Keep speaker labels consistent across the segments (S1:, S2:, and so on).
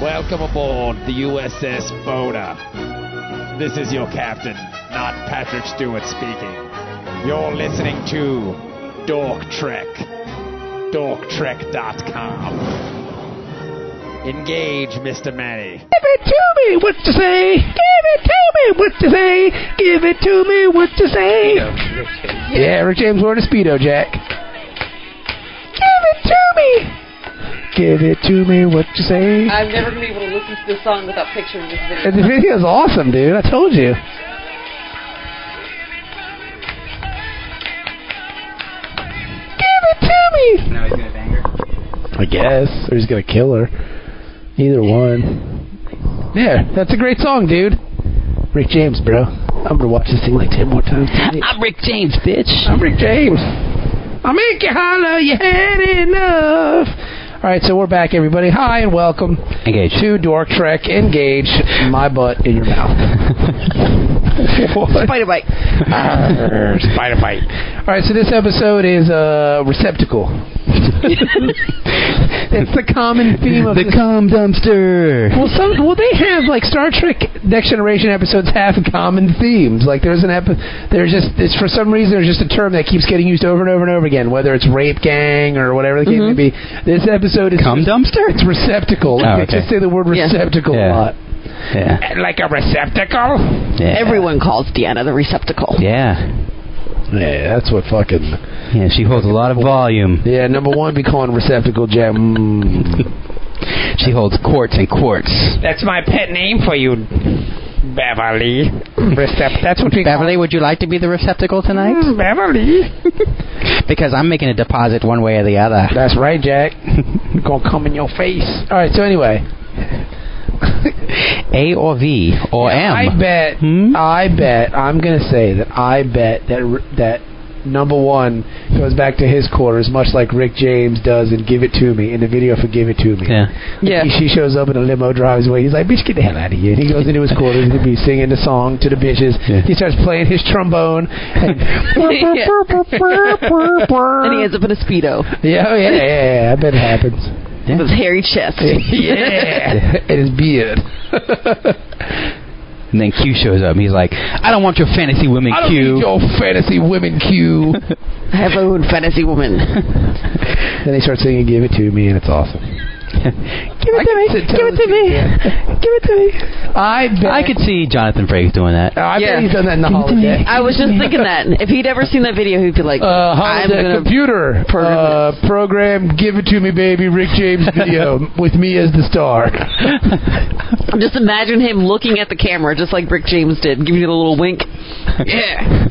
S1: Welcome aboard the USS Boda. This is your captain, not Patrick Stewart speaking. You're listening to Dork Trek. DorkTrek.com. Engage, Mr. Manny.
S2: Give it to me what to say. Give it to me what to say. Give it to me what to say. Yeah, Rick James wore a Speedo, Jack. Give it to me. Give it to me what to say.
S3: I'm never gonna be able to listen to this song without picturing this video.
S2: And the video's awesome, dude. I told you. Give it to me.
S4: Now he's gonna bang her.
S2: I guess. Or he's going to kill her. Either one. Yeah, that's a great song, dude. Rick James, bro. I'm going to watch this thing like 10 more times tonight.
S4: I'm Rick James, bitch.
S2: I'm Rick James. I'll make you holler. You had enough. All right, so we're back, everybody. Hi, and welcome
S4: Engage.
S2: to Dork Trek Engage. My butt in your mouth. What?
S3: Spider bite.
S2: Arr, Spider bite. All right, so this episode is uh, receptacle. it's the common theme of
S4: The
S2: this
S4: cum dumpster.
S2: Well, some well they have like Star Trek Next Generation episodes have common themes. Like there's an epi- there's just it's for some reason there's just a term that keeps getting used over and over and over again, whether it's rape gang or whatever the case may be. This episode is
S4: Mm-hmm. Cum dumpster?
S2: It's receptacle. Like,
S4: Oh,
S2: they
S4: okay.
S2: just say the word
S3: Yeah.
S2: receptacle
S4: Yeah.
S2: a lot.
S4: Yeah.
S2: Like a receptacle.
S4: yeah.
S3: Everyone calls Deanna the receptacle.
S4: Yeah.
S2: Yeah, that's what fucking.
S4: Yeah, she holds a lot of volume.
S2: Yeah, number one be calling receptacle jam.
S4: She holds quarts and quarts.
S1: That's my pet name for you, Beverly.
S2: Recept- that's what we call.
S4: Beverly, would you like to be the receptacle tonight?
S2: Beverly.
S4: Because I'm making a deposit one way or the other.
S2: That's right, Jack. Gonna come in your face. All right. So anyway,
S4: A or V or M.
S2: I bet.
S4: Hmm?
S2: I bet. I'm gonna say that. I bet that r- that number one goes back to his quarters, much like Rick James does in "Give It to Me" in the video for "Give It to Me."
S4: Yeah.
S3: Yeah.
S2: He- she shows up in a limo, drives away. He's like, "Bitch, get the hell out of here!" And he goes into his quarters to be singing the song to the bitches.
S4: Yeah.
S2: He starts playing his trombone. And
S3: Yeah. And he ends up in a speedo
S2: yeah, oh, yeah, yeah, yeah. I bet it happens.
S3: with his hairy chest.
S2: yeah, and his beard.
S4: And then Q shows up and he's like, I don't want your fantasy women,
S2: I don't
S4: Q.
S2: need your fantasy women, Q.
S3: I have my own fantasy woman.
S2: then they start singing "Give It to Me" and it's awesome. Give it to me. Give it to me. Give it to me. I bet.
S4: I could see Jonathan Frakes doing that.
S2: I
S3: Yeah.
S2: bet he's done that in the
S4: it to me.
S2: holiday.
S3: I was just thinking that if he'd ever seen that video, he'd be like,
S2: Uh,
S3: "I'm
S2: holodeck
S3: gonna."
S2: computer
S3: program
S2: uh, program. Give it to me, baby. Rick James video with me as the star.
S3: Just imagine him looking at the camera, just like Rick James did, giving you the little wink. Yeah.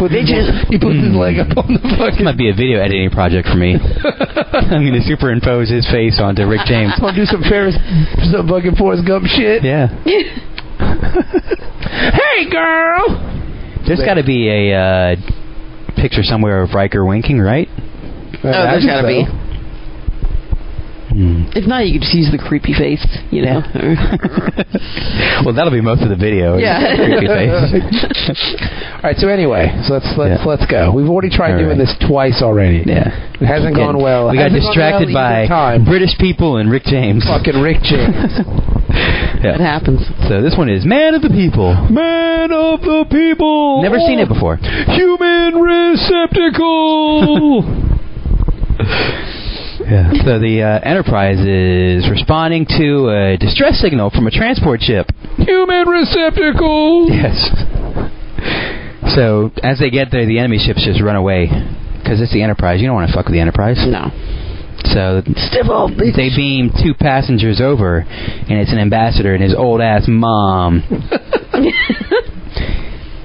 S2: Put his-
S3: Bitches.
S2: he puts his leg up on the
S4: Hmm. This
S2: fucking.
S4: might be a video editing project for me. I'm going to superimpose his face onto Rick James.
S2: Gonna do some Ferris, some fucking Forrest Gump shit.
S4: Yeah.
S2: Hey, girl.
S4: Oh, There's got to be a uh, picture somewhere of Riker winking, right?
S2: Oh,
S3: Oh, there's gotta be.
S2: Hmm.
S3: If not, you could just use the creepy face, you know.
S4: well, that'll be most of the video.
S3: Yeah.
S4: Creepy face.
S2: uh, All right. So anyway, so let's let's
S4: Yeah.
S2: let's go. We've already tried
S4: All
S2: doing
S4: right.
S2: this twice already.
S4: Yeah.
S2: It hasn't gone
S4: And
S2: well.
S4: We got
S2: Hasn't gone
S4: distracted
S2: well either
S4: by
S2: time.
S4: British people and Rick James.
S2: fucking Rick James.
S3: It
S4: Yeah.
S3: happens.
S4: So this one is Man of the People.
S2: Man of the people. Oh.
S4: Never seen it before.
S2: Human receptacle.
S4: Yeah. So the uh, Enterprise is responding to a distress signal from a transport ship.
S2: Human receptacle.
S4: Yes. So as they get there, the enemy ships just run away because it's the Enterprise. You don't want to fuck with the Enterprise.
S3: No.
S4: So
S3: Stiff old bitch.
S4: they beam two passengers over, and it's an ambassador and his old ass mom.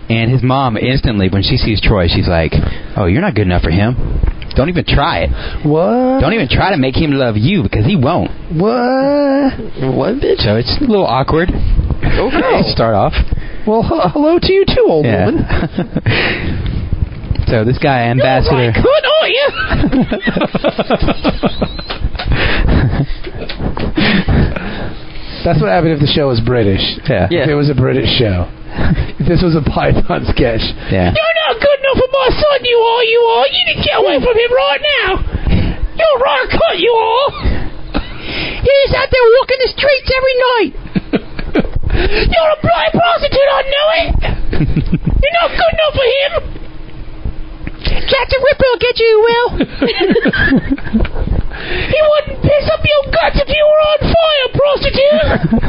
S4: and his mom instantly, when she sees Troy, she's like, "Oh, you're not good enough for him. Don't even try it.
S2: What?
S4: Don't even try to make him love you because he won't."
S2: what?
S3: What bitch?
S4: So it's a little awkward. Okay. Start off.
S2: Well, he- hello to you too, old
S4: Yeah.
S2: woman.
S4: so this guy, ambassador.
S3: Good
S2: oh,
S3: on you.
S2: That's what happened if the show was British.
S4: Yeah.
S3: Yeah.
S2: If it was a British show. if this was a Python sketch.
S4: Yeah.
S2: You're not good enough for my son, you are, you are. You need to get away from him right now. You're right, cut, you are. He's out there walking the streets every night. You're a blind prostitute, I know it. You're not good enough for him. Jackson Ripper will get you, he will. he wouldn't piss up your guts if you were on fire,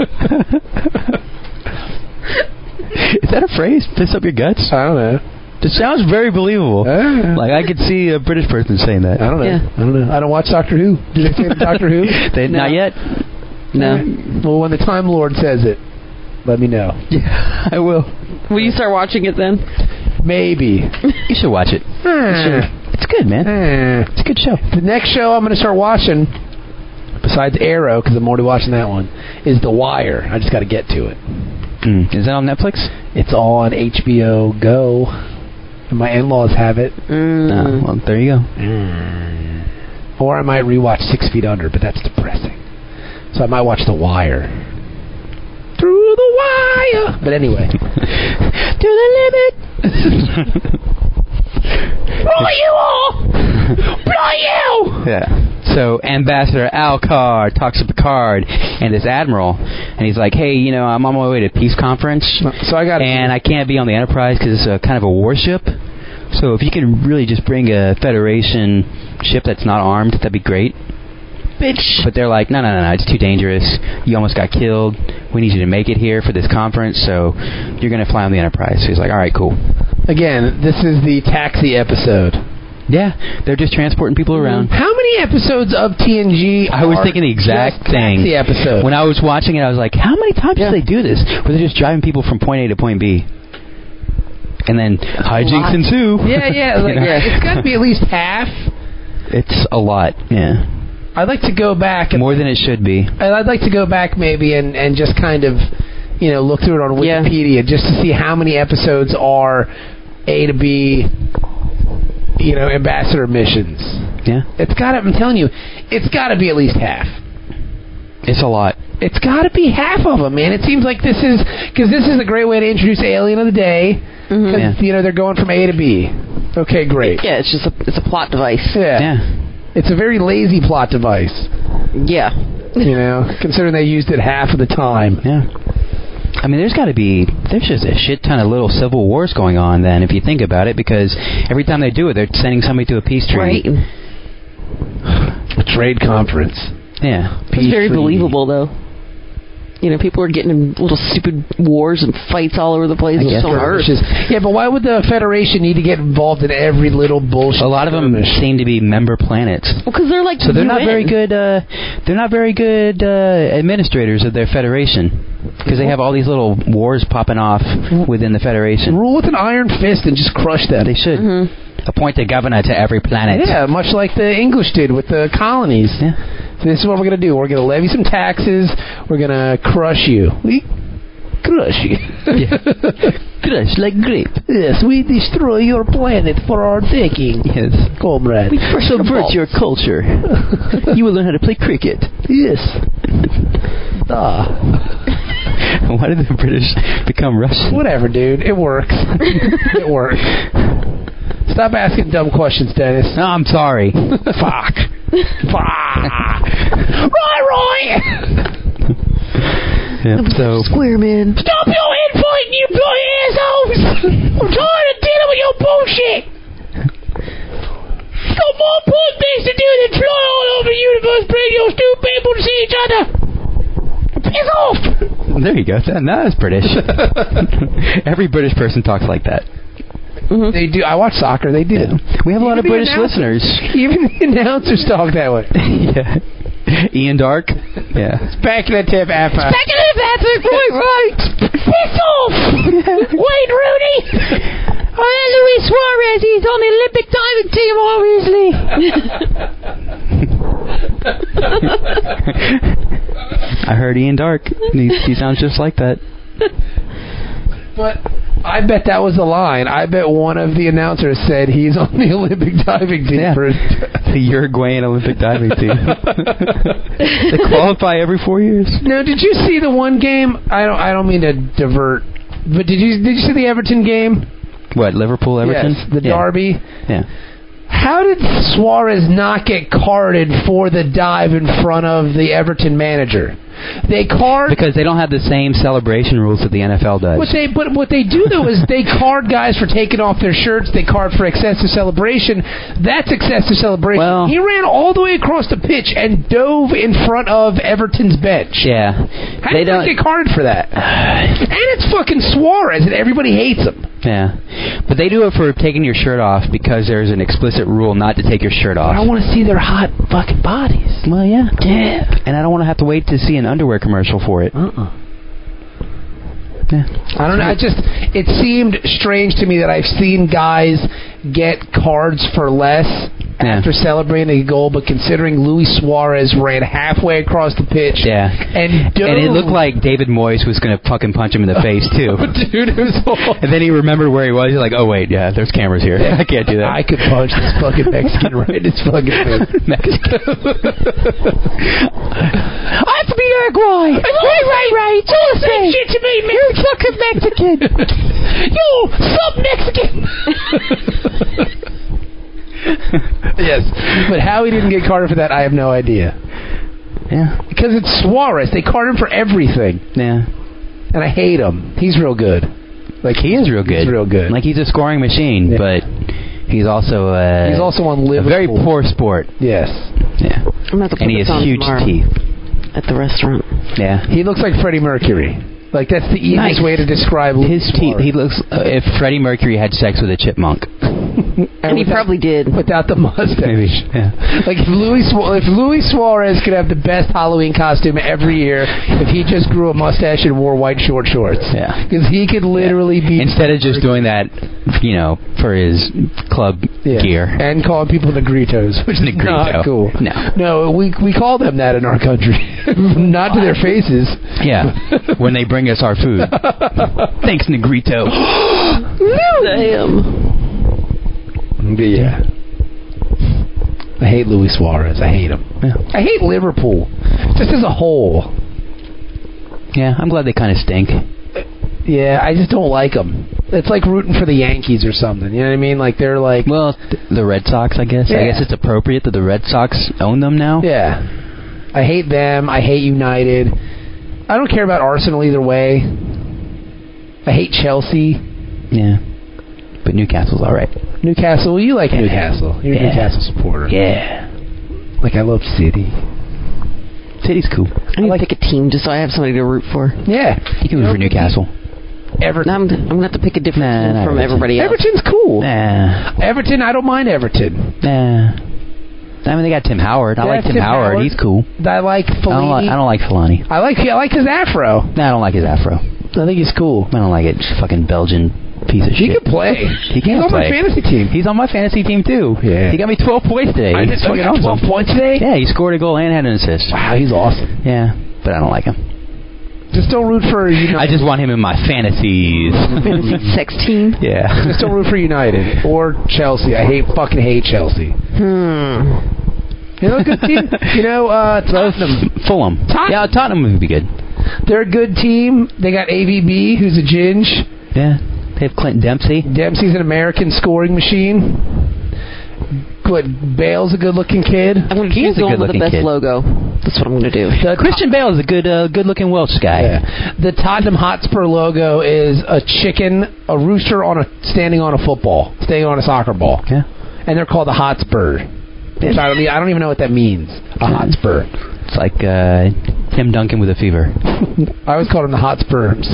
S2: prostitute.
S4: Is that a phrase? Piss up your guts?
S2: I don't know.
S4: It sounds very believable. Like I could see a British person saying that.
S2: I don't know.
S3: Yeah.
S2: I don't know. I don't watch Doctor Who. Do they say Doctor Who?
S4: They, Not yet.
S3: No.
S2: Well, when the Time Lord says it, let me know.
S4: Yeah, I will.
S3: Will you start watching it then?
S2: Maybe.
S4: You should watch it.
S2: Sure.
S4: It's good, man.
S2: Hmm.
S4: It's a good show.
S2: The next show I'm going to start watching, besides Arrow, because I'm already watching that one, is The Wire. I just got to get to it.
S4: Mm. Is that on Netflix?
S2: It's all on HBO Go. And my in-laws have it.
S4: Uh, well, there you go.
S2: Mm. Or I might rewatch Six Feet Under, but that's depressing. So I might watch The Wire. Through the wire. But anyway, to the limit. Roy you all. Roy you.
S4: Yeah. So Ambassador Alcar talks to Picard and his admiral, and he's like, "Hey, you know, I'm on my way to peace conference,
S2: So I got
S4: and I can't be on the Enterprise because it's a kind of a warship. So if you can really just bring a Federation ship that's not armed, that'd be great."
S3: Bitch.
S4: But they're like, no, no, no, no, it's too dangerous. You almost got killed. We need you to make it here for this conference, so you're going to fly on the Enterprise. So he's like, all right, cool.
S2: again. This is the taxi episode.
S4: Yeah, they're just transporting people
S2: Mm-hmm.
S4: around.
S2: How many episodes of TNG?
S4: I was
S2: are
S4: thinking the
S2: just
S4: exact thing.
S2: Taxi episode.
S4: When I was watching it, I was like, how many times
S2: Yeah.
S4: do they do this? Where they're just driving people from point A to point B. And then
S2: lot.
S4: hijinks ensue.
S2: yeah, yeah,
S4: You
S2: like,
S4: know?
S2: yeah. It's got to be at least half.
S4: It's a lot, yeah.
S2: I'd like to go back and
S4: More than it should be.
S2: and I'd like to go back maybe and and just kind of you know look through it on
S3: Yeah.
S2: Wikipedia just to see how many episodes are A to B you know ambassador missions.
S4: Yeah,
S2: It's got to I'm telling you, it's got to be at least half.
S4: it's a lot.
S2: It's got to be half of them, man. It seems like this is because this is a great way to introduce Alien of the Day. 'Cause,
S4: Yeah.
S2: You know they're going from A to B. Okay, great.
S3: Yeah, it's just a it's a plot device.
S2: Yeah.
S4: Yeah.
S2: it's a very lazy plot device.
S3: Yeah.
S2: You know, considering they used it half of the time.
S4: Yeah. I mean, there's got to be there's just a shit ton of little civil wars going on then, if you think about it, because every time they do it, they're sending somebody to a peace
S3: Right.
S4: treaty.
S2: A trade conference.
S4: Yeah.
S3: It's very
S2: P3.
S3: believable though. You know, people are getting in little stupid wars and fights all over the place. It's so hard.
S2: Skirmishes. Yeah, but why would the Federation need to get involved in every little bullshit?
S4: A lot of them
S2: skirmish?
S4: seem to be member planets.
S3: Because they're like
S4: So they're not
S3: UN.
S4: very good. Uh, they're not very good uh, administrators of their federation because they have all these little wars popping off within the federation.
S2: Rule with an iron fist and just crush them.
S4: They should appoint a governor to every planet.
S2: Yeah, much like the English did with the colonies.
S4: Yeah.
S2: So this is what we're gonna do. We're gonna levy some taxes. We're gonna crush you. We crush you.
S4: Crush like grape.
S2: yes, we destroy your planet for our taking,
S4: Yes.
S2: comrade.
S4: Subvert your culture. you will learn how to play cricket.
S2: Yes. Ah,
S4: Why did the British become Russian?
S2: whatever, dude. It works. it works. Stop asking dumb questions, Dennis.
S4: No, I'm sorry.
S2: Fuck. Fuck. Roy, Roy!
S4: Yeah, so
S3: Square man.
S2: Stop your infighting, you bloody assholes! I'm tired of dealing with your bullshit! You got more important things to do than fly all over the universe, bring your stupid people to see each other! Piss off!
S4: there you go. That, that is British. Every British person talks like that.
S2: They do. I watch soccer, they do.
S4: We have a lot of
S2: Even
S4: British
S2: announcers-
S4: listeners.
S2: Even the announcers talk that way.
S4: yeah. Ian Dark. Yeah.
S2: Back in the tip, Appa. Back in the tip, right, right. Piss off! Wayne Rooney! Oh, yeah, Luis Suarez, he's on the Olympic diving team, obviously.
S4: I heard Ian Dark. He, he sounds just like that.
S2: But I bet that was the line. I bet one of the announcers said he's on the Olympic diving team.
S4: Yeah.
S2: For,
S4: The Uruguayan Olympic diving team. they qualify every four years.
S2: now, did you see the one game? I don't. I don't mean to divert, but did you did you see the Everton game?
S4: What, Liverpool, Everton?
S2: Yes, the
S4: yeah.
S2: derby.
S4: Yeah.
S2: How did Suarez not get carded for the dive in front of the Everton manager? They card
S4: because they don't have the same celebration rules that the NFL does.
S2: What they but what they do though is they card guys for taking off their shirts. They card for excessive celebration. That's excessive celebration.
S4: Well-
S2: he ran all the way across the pitch and dove in front of Everton's bench.
S4: yeah,
S2: How
S4: they
S2: do you
S4: don't.
S2: not get carded for that? and it's fucking Suarez, and everybody hates him.
S4: yeah, but they do it for taking your shirt off because there's an explicit rule not to take your shirt off.
S2: I want to see their hot fucking bodies.
S4: well, yeah,
S2: Yeah. Uh-uh.
S4: and I don't want to have to wait to see an underwear commercial for it. Yeah.
S2: I don't know. I just it seemed strange to me that I've seen guys get cards for less
S4: Yeah.
S2: after celebrating a goal, but considering Luis Suarez ran halfway across the pitch,
S4: Yeah.
S2: and dove,
S4: And it looked like David Moyes was gonna fucking punch him in the face too.
S2: dude, it was all-
S4: And then he remembered where he was. He's like, "Oh wait, yeah, there's cameras here. I can't do that."
S2: I could punch this fucking Mexican right in his fucking face.
S4: Mexico.
S2: That's me, Uruguay. Right, right, right. Don't say shit to me, man. You're fucking Mexican. you sub Mexican. yes, but how he didn't get Carter for that, I have no idea.
S4: yeah,
S2: Because it's Suarez. They card him for everything,
S4: yeah.
S2: and I hate him. He's real good. Like
S4: He is real good.
S2: He's real good.
S4: Like he's a scoring machine,
S2: Yeah.
S4: but he's also uh,
S2: he's also on
S4: a
S2: Liverpool.
S4: very poor sport.
S2: Yes,
S4: Yeah,
S3: I'm going to put
S4: and he
S3: this
S4: has
S3: on
S4: huge
S3: tomorrow
S4: teeth.
S3: at the restaurant.
S4: Yeah,
S2: he looks like Freddie Mercury. Like that's the easiest
S4: Nice.
S2: way to describe
S4: his teeth. He looks uh, if Freddie Mercury had sex with a chipmunk.
S3: And he probably did.
S2: without the mustache.
S4: Maybe. Yeah.
S2: Like if Luis Sua- if Luis Suarez could have the best Halloween costume every year, if he just grew a mustache and wore white short shorts,
S4: Yeah.
S2: because he could literally be
S4: Instead of just doing that, you know, for his club
S2: Yeah.
S4: gear.
S2: and calling people negritos, which is
S4: Negrito.
S2: not cool.
S4: No.
S2: no, we we call them that in our country, not to their faces.
S4: Yeah. when they bring us our food. Thanks, Negrito.
S3: Damn.
S2: But yeah. I hate Luis Suarez. I hate him.
S4: Yeah.
S2: I hate Liverpool, just as a whole.
S4: Yeah, I'm glad they kind of stink.
S2: Yeah, I just don't like them. It's like rooting for the Yankees or something. You know what I mean? Like they're like,
S4: Well, th- the Red Sox, I guess. I
S2: Yeah.
S4: guess it's appropriate that the Red Sox own them now.
S2: yeah, I hate them. I hate United. I don't care about Arsenal either way. I hate Chelsea.
S4: Yeah. But Newcastle's all right.
S2: Newcastle. You like Newcastle? You're a
S4: Yeah.
S2: Newcastle supporter.
S4: Yeah.
S2: Like I love City.
S4: City's cool.
S3: I need to pick a team just so I have somebody to root for.
S2: Yeah.
S4: You can root for Newcastle.
S2: Everton.
S3: I'm, I'm going to have to pick a different
S4: Nah,
S3: team
S4: not
S3: from
S4: Everton.
S3: everybody else.
S2: Everton's cool.
S4: Nah.
S2: Everton. I don't mind Everton.
S4: Nah. I mean, they got Tim Howard. I
S2: They
S4: like
S2: have
S4: Tim
S2: Tim
S4: Howard.
S2: Howard.
S4: He's cool.
S2: I like
S4: I don't,
S2: Fellini.
S4: li- I don't like Filani.
S2: I like. I like his afro.
S4: Nah, I don't like his afro.
S2: I think he's cool.
S4: I don't like it. Fucking Belgian piece of
S2: He
S4: shit.
S2: can play.
S4: He can
S2: he's on my
S4: play.
S2: fantasy team.
S4: He's on my fantasy team too.
S2: Yeah.
S4: He got me 12 points today.
S2: I
S4: He's
S2: just fucking
S4: fucking awesome.
S2: 12 points today.
S4: Yeah, he scored a goal and had an assist.
S2: Wow, he's awesome.
S4: Yeah, but I don't like him.
S2: Just don't root for you know.
S4: I just want him in my fantasies.
S3: Fantasy sex team.
S4: yeah.
S2: just don't root for United or Chelsea. I hate fucking hate Chelsea.
S3: Hmm.
S2: You know, a good team. You know, uh, Tottenham.
S4: Fulham.
S2: Tottenham.
S4: Yeah, Tottenham would be good.
S2: They're a good team. They got AVB, who's a ginge.
S4: Yeah. They have Clint Dempsey.
S2: Dempsey's an American scoring machine. But Bale's a good-looking kid.
S3: I'm going to
S4: He is
S3: choose the
S4: a
S3: one with the
S4: good-looking
S3: best
S4: kid.
S3: logo. That's what I'm going to do.
S2: The
S4: Christian Bale is a good, uh, good-looking Welsh guy.
S2: Yeah. The Tottenham Hotspur logo is a chicken, a rooster on a standing on a football, standing on a soccer ball,
S4: Yeah.
S2: and they're called the Hotspur. Which I don't, e- I don't even know what that means. A Hotspur.
S4: It's like uh, Tim Duncan with a fever.
S2: I always called them the Hotspurs.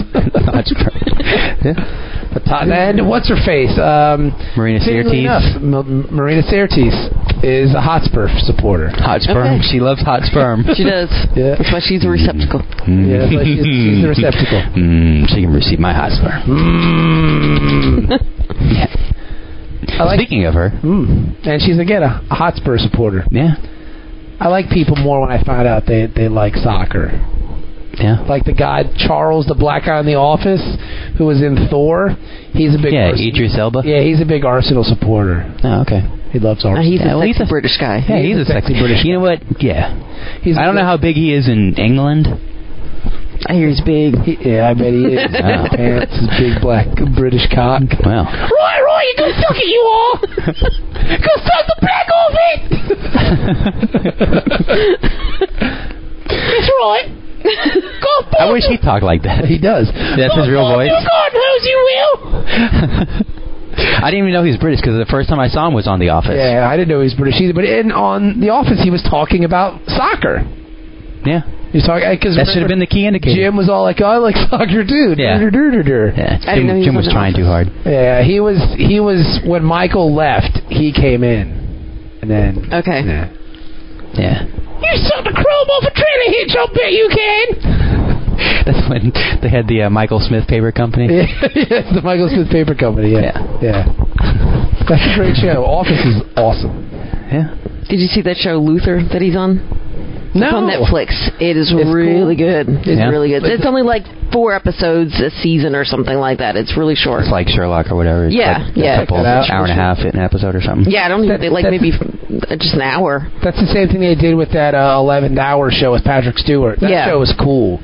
S4: yeah.
S2: The Tot- and what's her face? Um,
S4: Marina
S2: fittingly
S4: Sirtis.
S2: enough, M- M- Marina Sirtis is a Hotspur supporter.
S4: Hot sperm.
S3: Okay.
S4: She loves hot sperm.
S3: She does.
S2: Yeah.
S3: That's why she's a receptacle.
S4: Mm.
S2: Yeah, that's why she's- she's the receptacle.
S4: Mm, she can receive my hot sperm.
S2: Mm. I like,
S4: Speaking of her,
S2: Mm. and she's again a, a Hotspur supporter.
S4: yeah,
S2: I like people more when I find out they they like soccer.
S4: yeah,
S2: like the guy Charles, the black guy in the office, who was in Thor. He's a big
S4: yeah.
S2: Arsenal-
S4: Idris Elba.
S2: yeah, he's a big Arsenal supporter.
S4: Oh, okay.
S2: He loves
S3: Uh,
S2: Arsenal.
S3: he's
S4: Yeah,
S3: a
S4: well,
S3: sexy
S4: he's a-
S3: British guy.
S4: Yeah, he's, a sexy British. You know what? Yeah,
S2: He's
S4: I don't know how big he is in England.
S3: I hear he's big.
S2: He, yeah, I bet he is.
S4: Wow.
S2: Pants, his big black British cock.
S4: Well,
S2: Roy, Roy, you go suck it, you all. go suck the black off it. Miss Roy,
S4: I wish he talked like that.
S2: He does.
S4: That's his real voice.
S2: God knows you will.
S4: I didn't even know he was British because the first time I saw him was on The Office.
S2: Yeah, I didn't know he was British either. But in on The Office, he was talking about soccer.
S4: Yeah.
S2: He was talking because
S4: That should have been the key indicator.
S2: Jim was all like, oh, "I like soccer, dude."
S4: Yeah.
S2: Yeah.
S4: Yeah.
S3: I didn't
S4: Jim,
S3: know he was
S4: Jim
S3: on
S4: was
S3: The
S4: trying too hard.
S2: yeah, he was. He was when Michael left. He came in, and then
S3: Okay.
S2: Yeah.
S4: Yeah.
S2: You saw the chrome off a trailer hitch. I'll bet you can.
S4: That's when they had the uh, Michael Smith paper company.
S2: Yeah, it's the Michael Smith Paper Company. Yeah, yeah. That's a great show. Office is awesome.
S4: Yeah.
S3: Did you see that show Luther that he's on?
S2: No,
S3: It's on Netflix. It is
S2: It's
S3: really good. It's
S4: Yeah.
S3: really good. It's only like four episodes a season or something like that. It's really short.
S4: It's like Sherlock or whatever. It's
S3: Yeah,
S4: like
S3: yeah.
S4: A couple,
S2: Check that out.
S4: hour and a half an episode or something.
S3: yeah, I don't even
S2: That-
S3: think like
S2: that's-
S3: maybe f- just an hour.
S2: That's the same thing they did with that uh, 11 hour show with Patrick Stewart. That
S3: Yeah.
S2: show was cool.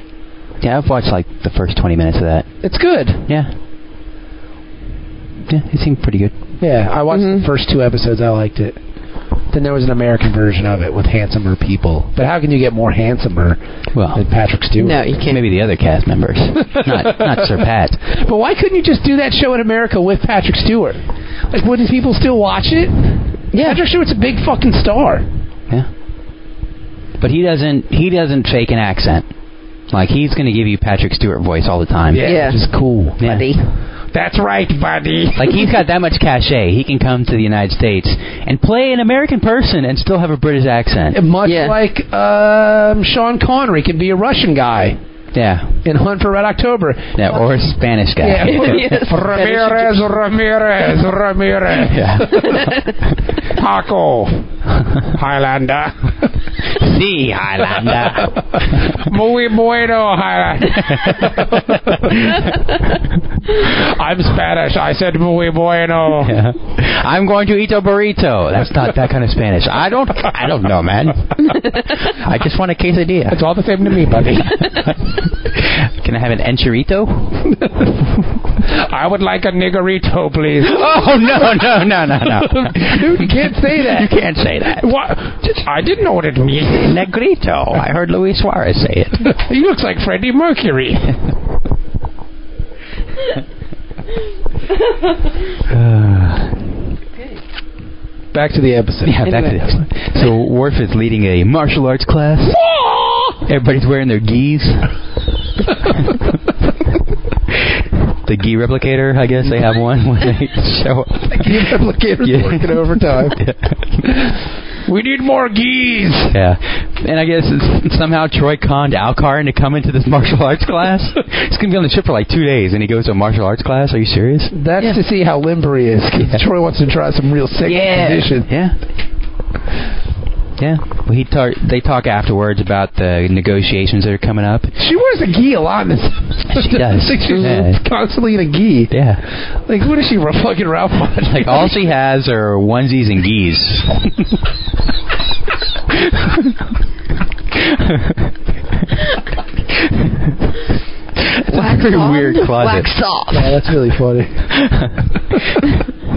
S4: Yeah, I've watched like the first 20 minutes of that.
S2: It's good.
S4: Yeah. Yeah, it seemed pretty good.
S2: Yeah, I watched
S3: Mm-hmm.
S2: the first two episodes. I liked it. Then there was an American version of it with handsomer people. But how can you get more handsomer
S4: Well,
S2: than Patrick Stewart?
S3: No, you can't.
S4: maybe the other cast members. not, not Sir Pat.
S2: But why couldn't you just do that show in America with Patrick Stewart? Like, wouldn't people still watch it?
S3: Yeah.
S2: Patrick Stewart's a big fucking star.
S4: Yeah. But he doesn't. He doesn't fake an accent. Like he's going to give you Patrick Stewart voice all the time.
S3: Yeah.
S2: Which is cool.
S4: Yeah.
S3: Buddy.
S2: That's right, buddy.
S4: Like he's got that much cachet, he can come to the United States and play an American person and still have a British accent.
S2: Much
S3: Yeah.
S2: like um, Sean Connery can be a Russian guy
S4: Yeah,
S2: in Hunt for Red October.
S4: yeah, or a Spanish guy.
S2: Yeah.
S3: Yes.
S2: Ramirez, Ramirez, Ramirez.
S4: Yeah.
S2: Paco. Highlander.
S4: See, Highlander.
S2: Muy bueno, Highlander. I'm Spanish. I said muy bueno.
S4: Yeah. Uh-huh. I'm going to eat a burrito. That's not that kind of Spanish. I don't. I don't know, man. I just want a quesadilla.
S2: It's all the same to me, buddy.
S4: Can I have an enchilito?
S2: I would like a niggerito, please.
S4: Oh no, no, no, no, no.
S2: Dude, you can't say that.
S4: You can't say that.
S2: What? I didn't know what it means.
S4: Negrito. I heard Luis Suarez say it.
S2: He looks like Freddie Mercury. Back to the episode.
S4: Yeah, back to the episode. So Worf is leading a martial arts class. Everybody's wearing their gis. the gi replicator, I guess they have one when they show up.
S2: Replicators
S4: Yeah.
S2: working overtime. we need more geese.
S4: Yeah, and I guess it's, somehow Troy conned Alcar into coming to this martial arts class. He's gonna be on the ship for like two days, and he goes to a martial arts class. Are you serious?
S2: That's to see how limber he is. 'cause Troy wants to try some real sick position.
S4: Yeah. Yeah. Well, he tar- they talk afterwards about the negotiations that are coming up.
S2: She wears a gi a lot in this.
S4: She does.
S2: Like, she's
S4: Yeah.
S2: constantly in a gi.
S4: Yeah.
S2: Like, what is she, fucking Ralph Macchio?
S4: Like all she has are onesies and geese.
S3: Wax
S4: Very
S3: on,
S4: weird closet.
S3: Wax off.
S2: Yeah, that's really funny.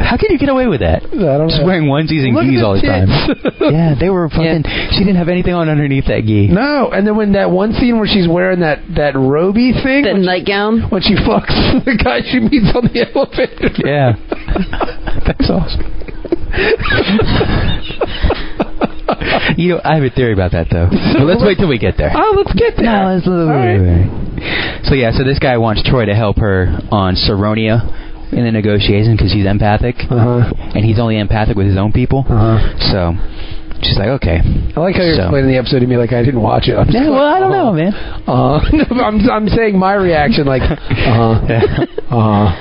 S4: How can you get away with that?
S2: I don't
S4: Just
S2: know.
S4: wearing onesies and
S2: Look at
S4: geese
S2: the
S4: all the time. yeah, they were fucking. She didn't have anything on underneath that gi.
S2: No, and then when that one scene where she's wearing that that roby thing,
S3: That
S2: when,
S3: nightgown.
S2: when she fucks the guy she meets on the elevator,
S4: Yeah. That's awesome. you know, I have a theory about that though. But let's wait till we get there.
S2: oh, let's get there.
S4: No, it's a little
S2: All right.
S4: So yeah, so this guy wants Troy to help her on Saronia in the negotiation because he's empathic,
S2: Uh huh.
S4: and he's only empathic with his own people.
S2: Uh huh.
S4: So she's like, okay.
S2: I like how you're
S4: So-
S2: explaining the episode to me like I didn't watch it. I'm just
S4: Yeah,
S2: like,
S4: well, I don't know, man.
S2: Uh, no, I'm I'm saying my reaction like, uh huh, uh huh.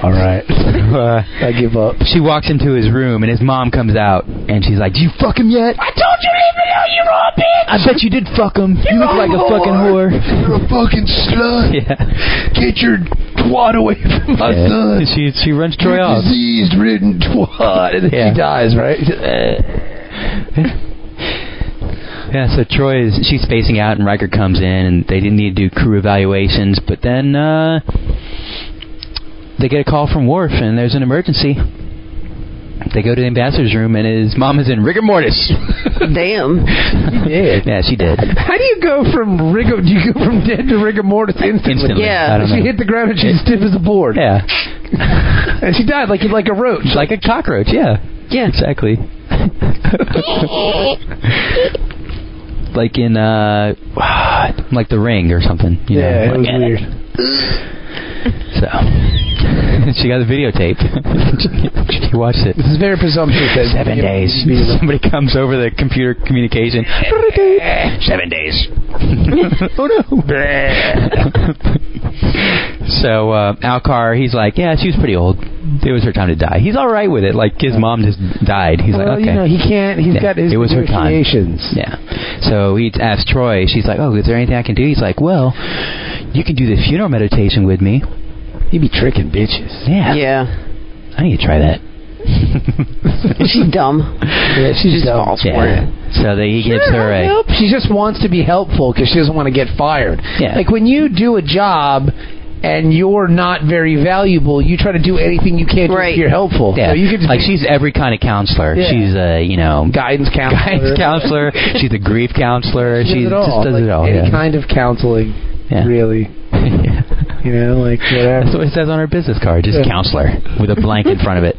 S2: All right,
S4: Uh,
S2: I give up.
S4: she walks into his room, and his mom comes out, and she's like, "Do you fuck him yet?" I told you leave me alone, you raw bitch. I bet you did fuck him. You, look like a fucking whore.
S2: You're a fucking slut.
S4: Yeah.
S2: Get your twat away from my
S4: Yeah.
S2: son.
S4: She she runs Troy off.
S2: Diseased ridden twat. And then
S4: Yeah.
S2: she dies, right?
S4: Yeah, so Troy is she's spacing out, and Riker comes in, and they didn't need to do crew evaluations. But then uh, they get a call from Worf, and there's an emergency, They go to the ambassador's room, and his mom is in rigor mortis.
S3: Damn.
S2: Yeah.
S4: yeah, she did.
S2: How do you go from rigor? Do you go from dead to rigor mortis instantly?
S4: Instantly.
S3: Yeah.
S4: I don't
S2: She
S4: know.
S2: hit the ground and she's stiff as a board.
S4: Yeah.
S2: And she died like like a roach.
S4: It's like a cockroach, yeah.
S3: Yeah.
S4: Exactly. like in uh like the ring or something. You
S2: yeah,
S4: know?
S2: it was
S4: Like,
S2: weird.
S4: So she got the videotape. she watched it.
S2: This is very presumptuous. That
S4: Seven
S2: you know,
S4: days.
S2: you beat him.
S4: Somebody comes over the computer communication. Seven days. oh no. so uh, Alcar, he's like, yeah, she was pretty old. It was her time to die. He's all right with it. Like his mom just died. He's
S2: well,
S4: like, okay.
S2: you know, he can't. He's
S4: Yeah,
S2: got his
S4: it was her time.
S2: negotiations.
S4: Yeah. So he asked Troy. She's like, "Oh, is there anything I can do?" He's like, "Well, you can do the funeral meditation with me."
S2: He be tricking bitches.
S4: Yeah.
S3: Yeah.
S4: I need to try that.
S3: She's dumb.
S2: Yeah, she's
S3: Just
S2: dumb.
S3: false.
S4: Yeah. So that he gives her eh. a.
S2: Nope. She just wants to be helpful because she doesn't want to get fired.
S4: Yeah.
S2: Like when you do a job and you're not very valuable, you try to do anything you can to
S3: Right.
S2: if you're helpful.
S4: Yeah.
S2: So you could just
S4: like
S2: be
S4: she's every kind of counselor.
S2: Yeah.
S4: She's a you know
S2: guidance counselor.
S4: guidance counselor. She's a grief counselor.
S2: She
S4: She
S2: does it all.
S4: just does
S2: Like,
S4: it all.
S2: Any
S4: yeah.
S2: kind of counseling,
S4: Yeah.
S2: really.
S4: Yeah.
S2: You know, like
S4: That's
S2: whatever.
S4: what it says on her business card. Just
S2: Yeah.
S4: counselor with a blank in front of it.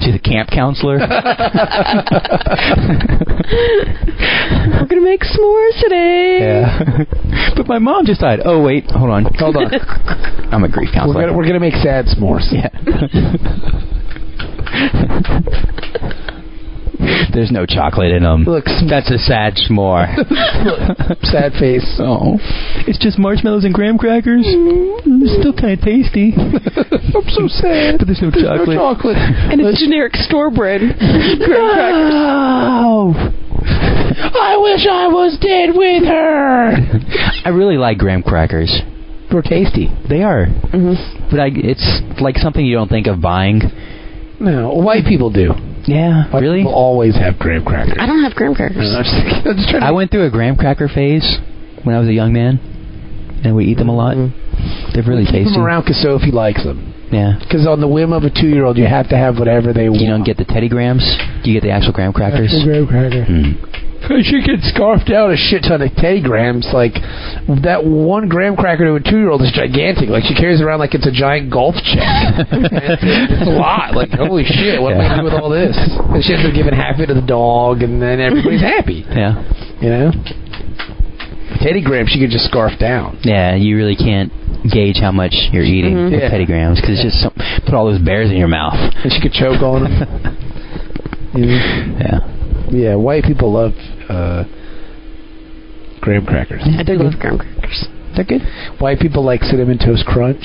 S4: She's a camp counselor.
S3: We're gonna make s'mores today.
S4: Yeah. but my mom just died. Oh wait, hold on, hold on. I'm a grief
S2: We're
S4: counselor.
S2: gonna, we're gonna make sad s'mores.
S4: yeah. There's no chocolate in them.
S2: Look, sm-
S4: That's a sad s'more.
S2: sad face.
S4: oh, Mm-hmm. it's just marshmallows and graham crackers. It's still kind of tasty,
S2: I'm so sad.
S4: but there's no
S2: No
S4: chocolate.
S2: chocolate.
S3: And it's generic store bread.
S4: No.
S2: I wish I was dead with her.
S4: I really like graham crackers.
S2: We're tasty.
S4: They are, but I, it's like something you don't think of buying.
S2: No, white people do.
S4: Yeah,
S2: White
S4: really.
S2: People always have graham crackers.
S3: I don't have graham crackers.
S2: I'm just, I'm just trying to
S4: I went through a graham cracker phase when I was a young man, and we eat them a lot. They're really
S2: keep
S4: tasty.
S2: them around because Sophie likes them.
S4: Yeah.
S2: Because on the whim of a two-year-old, you have to have whatever they want.
S4: You don't get the Teddy Grahams. You get the actual graham crackers.
S2: graham cracker.
S4: Mm.
S2: She could scarf down a shit ton of Teddy grams. Like that one graham cracker to a two-year-old is gigantic. Like she carries it around like it's a giant golf check. it's a lot. Like holy shit, what am I gonna do with all this? And she ends up giving half of it to the dog, and then everybody's happy.
S4: Yeah.
S2: You know, Teddy grams she could just scarf down.
S4: Yeah. You really can't gauge how much you're eating
S3: Mm-hmm.
S4: with
S2: Yeah.
S4: Teddy Grahams because it's just some, put all those bears in your mouth.
S2: And she could choke on them.
S4: Yeah.
S2: Yeah, white people love uh, graham crackers.
S3: I do love graham crackers.
S4: They're good.
S2: White people like cinnamon toast crunch.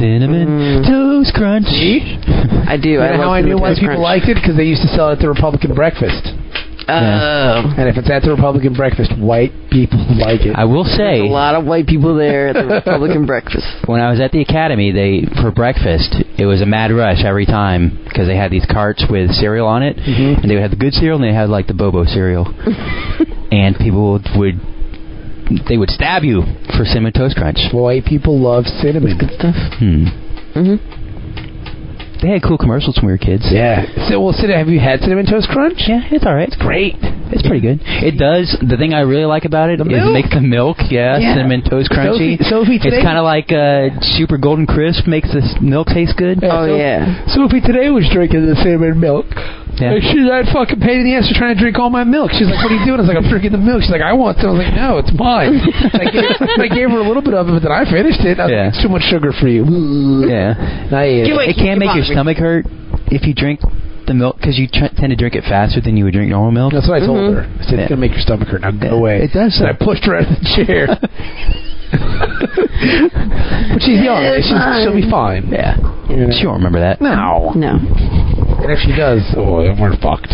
S4: Cinnamon
S3: Mm.
S4: toast crunch.
S3: I
S2: you
S3: do. I
S2: know
S3: love
S2: how I knew
S3: cinnamon
S2: why
S3: toast
S2: people
S3: crunch.
S2: liked it? Because they used to sell it at the Republican breakfast.
S3: Oh.
S2: And if it's at the Republican breakfast, white people like it.
S4: I will
S3: There's
S4: say.
S3: a lot of white people there at the Republican breakfast.
S4: when I was at the academy, they for breakfast it was a mad rush every time because they had these carts with cereal on it,
S2: Mhm.
S3: Mm-hmm.
S4: and they would have the good cereal and they had like the Bobo cereal, and people would they would stab you for cinnamon toast crunch.
S2: white people love cinnamon.
S3: Stuff.
S4: Hmm.
S3: Mm-hmm.
S4: They had cool commercials when we were kids.
S2: Yeah. So, well, cinnamon, have you had cinnamon toast crunch?
S4: Yeah, it's all right. It's
S2: Great.
S4: It's pretty good. It does. The thing I really like about it is
S2: milk?
S4: make the milk. Yeah,
S2: Yeah.
S4: cinnamon toast crunchy.
S2: Sophie- Sophie, today-
S4: it's kind of like uh, super golden crisp makes this milk taste good.
S3: Oh, yeah.
S2: Sophie today was drinking the cinnamon milk.
S4: Yeah.
S2: And she's that fucking pain in the ass for trying to drink all my milk. She's like, "What are you doing?" I was like, "I'm drinking the milk." She's like, "I want." Some. I was like, "No, it's mine." I, gave, I gave her a little bit of it, but then I finished it. I was
S4: Yeah.
S2: like, "It's too much sugar for you." And
S4: Yeah.
S2: I ate it.
S3: Give Wait,
S4: it can
S3: you
S4: make your
S3: bother me.
S4: stomach hurt if you drink the milk because you tr- tend to drink it faster than you would drink normal milk.
S2: That's what I told her. I said, it's going
S4: mm-hmm. Yeah.
S2: to make your stomach hurt. Now go
S4: Yeah.
S2: away.
S4: It does.
S2: And I pushed her out of the chair. but she's young.
S3: It's
S2: She's, she'll be fine.
S4: Yeah,
S2: You know?
S4: she won't remember that.
S2: No.
S3: No.
S2: And if she does, oh, then we're fucked.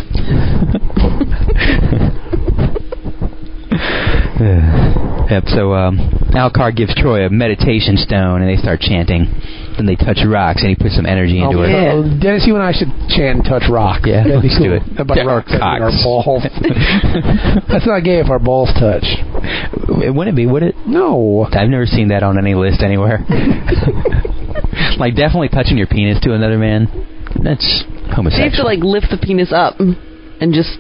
S4: Yep. So um, Alcar gives Troy a meditation stone, and they start chanting. Then they touch rocks, and he puts some energy into
S2: Oh,
S4: it.
S2: uh, Dennis, you and I should chant and touch rocks.
S4: Yeah,
S2: That'd be
S4: let's do
S2: cool.
S4: it.
S2: And by
S4: Touch
S2: rocks, I mean
S4: rocks.
S2: our balls. That's not gay if our balls touch.
S4: It wouldn't be, would it?
S2: No.
S4: I've never seen that on any list anywhere. like definitely touching your penis to another man. That's
S3: So you have to
S4: homosexual.
S3: like lift the penis up and just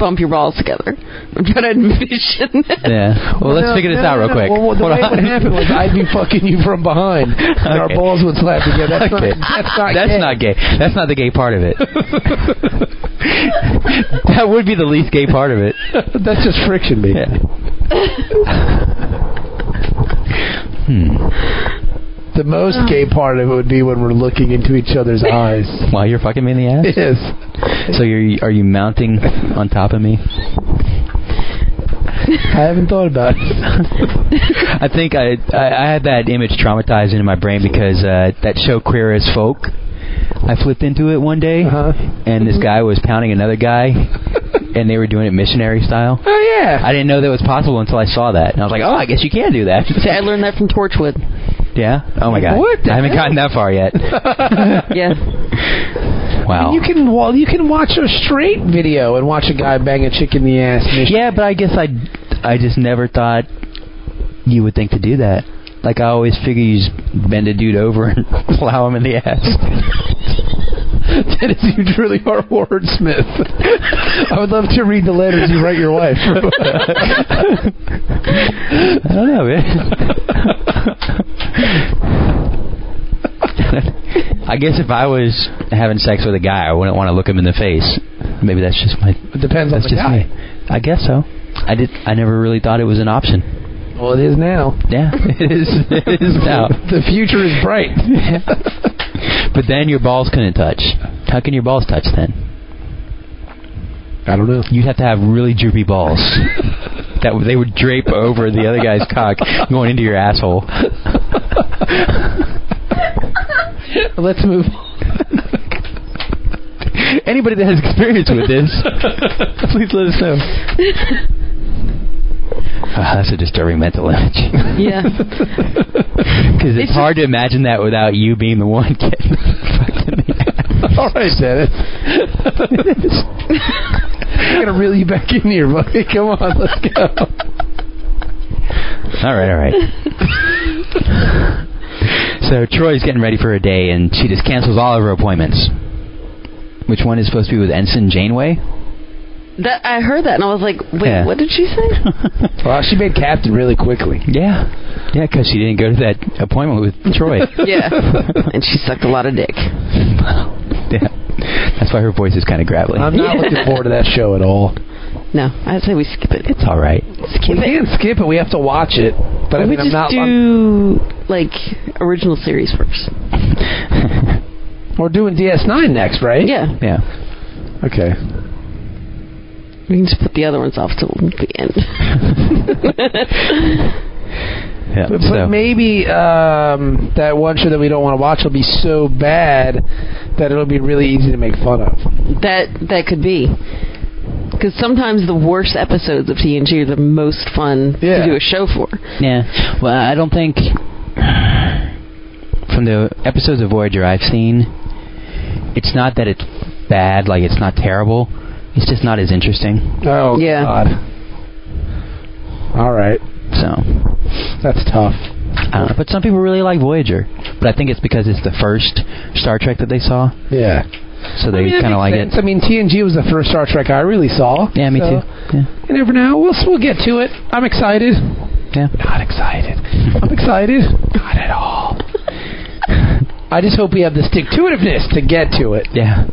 S3: bump your balls together. I'm trying to envision. it.
S4: yeah. Well, let's
S2: No,
S4: figure this
S2: no,
S4: out
S2: no,
S4: real
S2: no.
S4: quick.
S2: Well, what- the
S4: Hold
S2: way it
S4: on.
S2: would happen was I'd be fucking you from behind, and our
S4: Okay.
S2: balls would slap together. That's
S4: Okay.
S2: not. That's not. gay.
S4: That's not gay. That's not the gay part of it. that would be the least gay part of it.
S2: That's just friction, me.
S4: Yeah. hmm.
S2: The most gay part of it would be when we're looking into each other's eyes.
S4: While you're fucking me in the ass.
S2: yes.
S4: So you're are you mounting on top of me?
S2: I haven't thought about it.
S4: I think I, I I had that image traumatized into my brain because uh, that show Queer as Folk. I flipped into it one day,
S2: Uh-huh.
S4: and this guy was pounding another guy, and they were doing it missionary style.
S2: Oh yeah.
S4: I didn't know that was possible until I saw that, and I was like, "Oh, I guess you can do that."
S3: See, I learned that from Torchwood.
S4: yeah. Oh my god.
S2: What the
S4: I haven't gotten that far yet.
S3: Yeah.
S4: Wow.
S2: You can well, you can watch a straight video and watch a guy bang a chick in the ass. Yeah.
S4: yeah, but I guess I I just never thought you would think to do that. Like I always figure you just bend a dude over and plow him in the ass.
S2: Dennis, you truly are a wordsmith. I would love to read the letters you write your wife.
S4: I don't know, man. I guess if I was having sex with a guy, I wouldn't want to look him in the face. Maybe that's just my.
S2: it depends on
S4: That's
S2: the
S4: just
S2: guy.
S4: me. I guess so. I did. I never really thought it was an option.
S2: Well, it is now.
S4: Yeah, it is. It is now.
S2: The future is bright.
S4: But then your balls couldn't touch. How can your balls touch then?
S2: I don't know.
S4: You would have to have really droopy balls. that would- they would drape over the other guy's cock, going into your asshole.
S2: Let's move. on.
S4: Anybody that has experience with this, please let us know. Ah, that's a disturbing mental image.
S3: Yeah.
S4: Because
S3: It's
S4: it's, hard to imagine that without you being the one getting fucked in the ass.
S2: All right, Dennis. I'm gonna reel you back in here, buddy. Come on, let's go.
S4: All right, all right. so Troy's getting ready for a day, and she just cancels all of her appointments. Which one is supposed to be with Ensign Janeway?
S3: That I heard that and I was like, wait,
S4: Yeah.
S3: what did she say?
S2: Well, she made captain really quickly.
S4: Yeah, yeah, because she didn't go to that appointment with Troy.
S3: yeah. And she sucked a lot of dick.
S4: yeah, that's why her voice is kind of gravelly.
S2: I'm not looking forward to that show at all.
S3: No, I'd say we skip it.
S4: it's all right.
S2: We
S3: Skip it.
S2: can skip it. We have to watch it. But I
S3: we
S2: mean, I'm
S3: just
S2: not. I'm-
S3: do like original series first.
S2: we're doing DS9 next, right?
S3: Yeah,
S4: Yeah,
S2: Okay.
S3: we can just put the other ones off till the end.
S4: yeah.
S2: But,
S4: so
S2: but maybe um, that one show that we don't want to watch will be so bad that it'll be really easy to make fun of.
S3: That that could be. Because sometimes the worst episodes of TNG are the most fun
S2: Yeah.
S3: to do a show for.
S4: Oh yeah, well, I don't think from the episodes of Voyager I've seen, it's not that it's bad. Like it's not terrible. It's just not as interesting.
S2: Oh
S3: Yeah.
S2: God. All right,
S4: So
S2: that's tough.
S4: I don't know. But some people really like Voyager. But I think it's because it's the first Star Trek that they saw,
S2: Yeah.
S4: so
S2: I
S4: they
S2: mean, that
S4: kind
S2: makes
S4: of like
S2: sense. I
S4: it.
S2: mean, TNG was the first Star Trek I really saw.
S4: Yeah, me
S2: so-
S4: too. Yeah.
S2: You never know. We'll we'll get to it. I'm excited.
S4: yeah.
S2: Not excited. I'm excited. Not at all. I just hope we have the stick to itiveness to get to it.
S4: Yeah.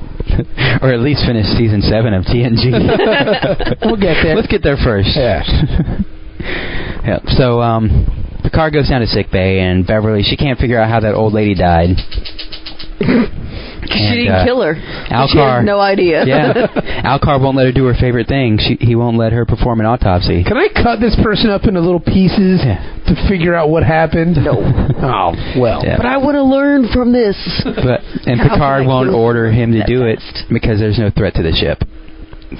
S4: or at least finish season seven of TNG.
S2: We'll get there.
S4: Let's get there first.
S2: yeah.
S4: Yeah. So um, Picard goes down to sick bay, and Beverly she can't figure out how that old lady died.
S3: she didn't
S4: uh,
S3: kill her. she
S4: Alcar.
S3: had no idea.
S4: yeah. Alcar won't let her do her favorite thing. She, he won't let her perform an autopsy.
S2: Can I cut this person up into little pieces
S4: Yeah.
S2: to figure out what happened? No. Oh well.
S4: Yeah.
S3: But I want to learn from this.
S4: But and
S3: How can
S4: Picard
S3: I
S4: won't
S3: kill
S4: order him to
S3: that
S4: do it
S3: fast?
S4: because there's no threat to the ship.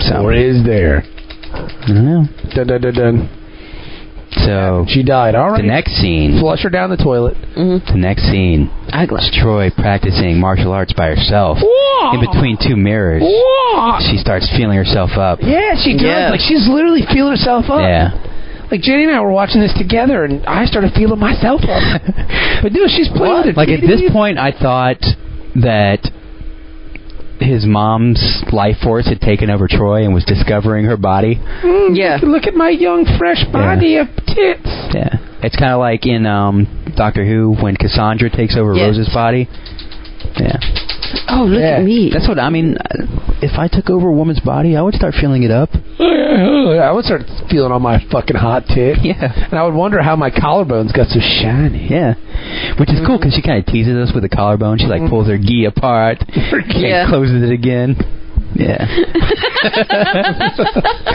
S4: So
S2: Or is there?
S4: I don't know.
S2: Dun dun dun dun.
S4: So
S2: She died. All
S4: the
S2: right.
S4: next scene,
S2: Flush her down the toilet.
S4: the next scene,
S3: Mm-hmm. Eyeglass.
S4: is Troy practicing martial arts by herself in between two mirrors. She starts feeling herself up.
S2: Yeah, she does.
S3: Yeah.
S2: Like she's literally feeling herself up.
S4: Yeah.
S2: Like Jenny and I were watching this together, and I started feeling myself up. but no, she's playing with it.
S4: Like at this point, I thought that his mom's life force had taken over Troy and was discovering her body.
S2: Mm,
S3: Yeah.
S2: Look at my young, fresh body of tits.
S4: Yeah, it's kind of like in um, Doctor Who when Cassandra takes over
S3: Yes.
S4: Rose's body. Yeah,
S3: Oh, look
S4: yeah.
S3: at me.
S4: That's what I mean. I- If I took over a woman's body, I would start feeling it up.
S2: I would start feeling all my fucking hot tits.
S4: Yeah,
S2: And I would wonder how my collarbones got so shiny.
S4: yeah, which is
S2: Mm-hmm.
S4: cool because she kind of teases us with a collarbone. She like pulls her gi apart
S3: Yeah.
S4: and closes it again. Yeah.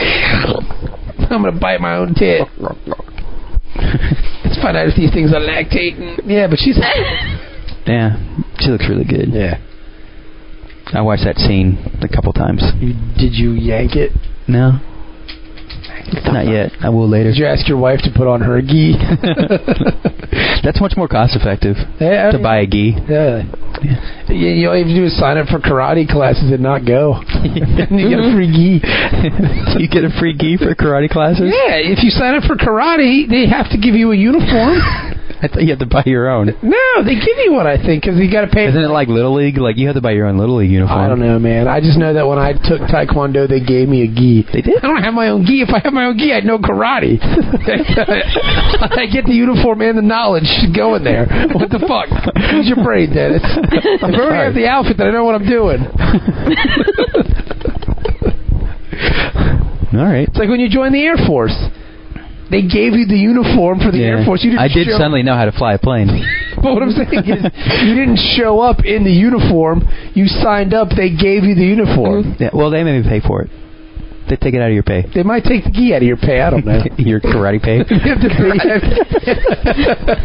S2: I'm gonna bite my own tit. Let's find out if these things are lactating. Yeah, but she's
S4: Yeah, she looks really good.
S2: yeah.
S4: I watched that scene a couple times.
S2: You, did you yank it?
S4: No, not yet. I will later.
S2: Did you ask your wife to put on her gi?
S4: That's much more cost effective
S2: yeah,
S4: to buy a gi.
S2: Yeah. You, you all you have to do is sign up for karate classes and not go. and you get a free gi.
S4: you get a free gi for karate classes.
S2: Yeah, if you sign up for karate, they have to give you a uniform.
S4: I thought you had to buy your own.
S2: no, they give you one, I think, because you got to pay.
S4: Isn't it like little league? Like you had to buy your own little league uniform.
S2: I don't know, man. I just know that when I took Taekwondo, they gave me a gi.
S4: They did.
S2: I don't have my own gi. If I had my own gi, I'd know karate. I get the uniform and the knowledge going there. What the fuck? Use your brain, Dennis. If I already have the outfit, then I know what I'm doing.
S4: All right.
S2: It's like when you join the Air Force. They gave you the uniform for the Air Force. You didn't
S4: I did
S2: show,
S4: suddenly know how to fly a plane.
S2: But what I'm saying is, you didn't show up in the uniform. You signed up. They gave you the uniform.
S4: yeah, well, they made me pay for it. They take it out of your pay.
S2: They might take the gi out of your pay. I don't know.
S4: your karate pay.
S2: You have to pay.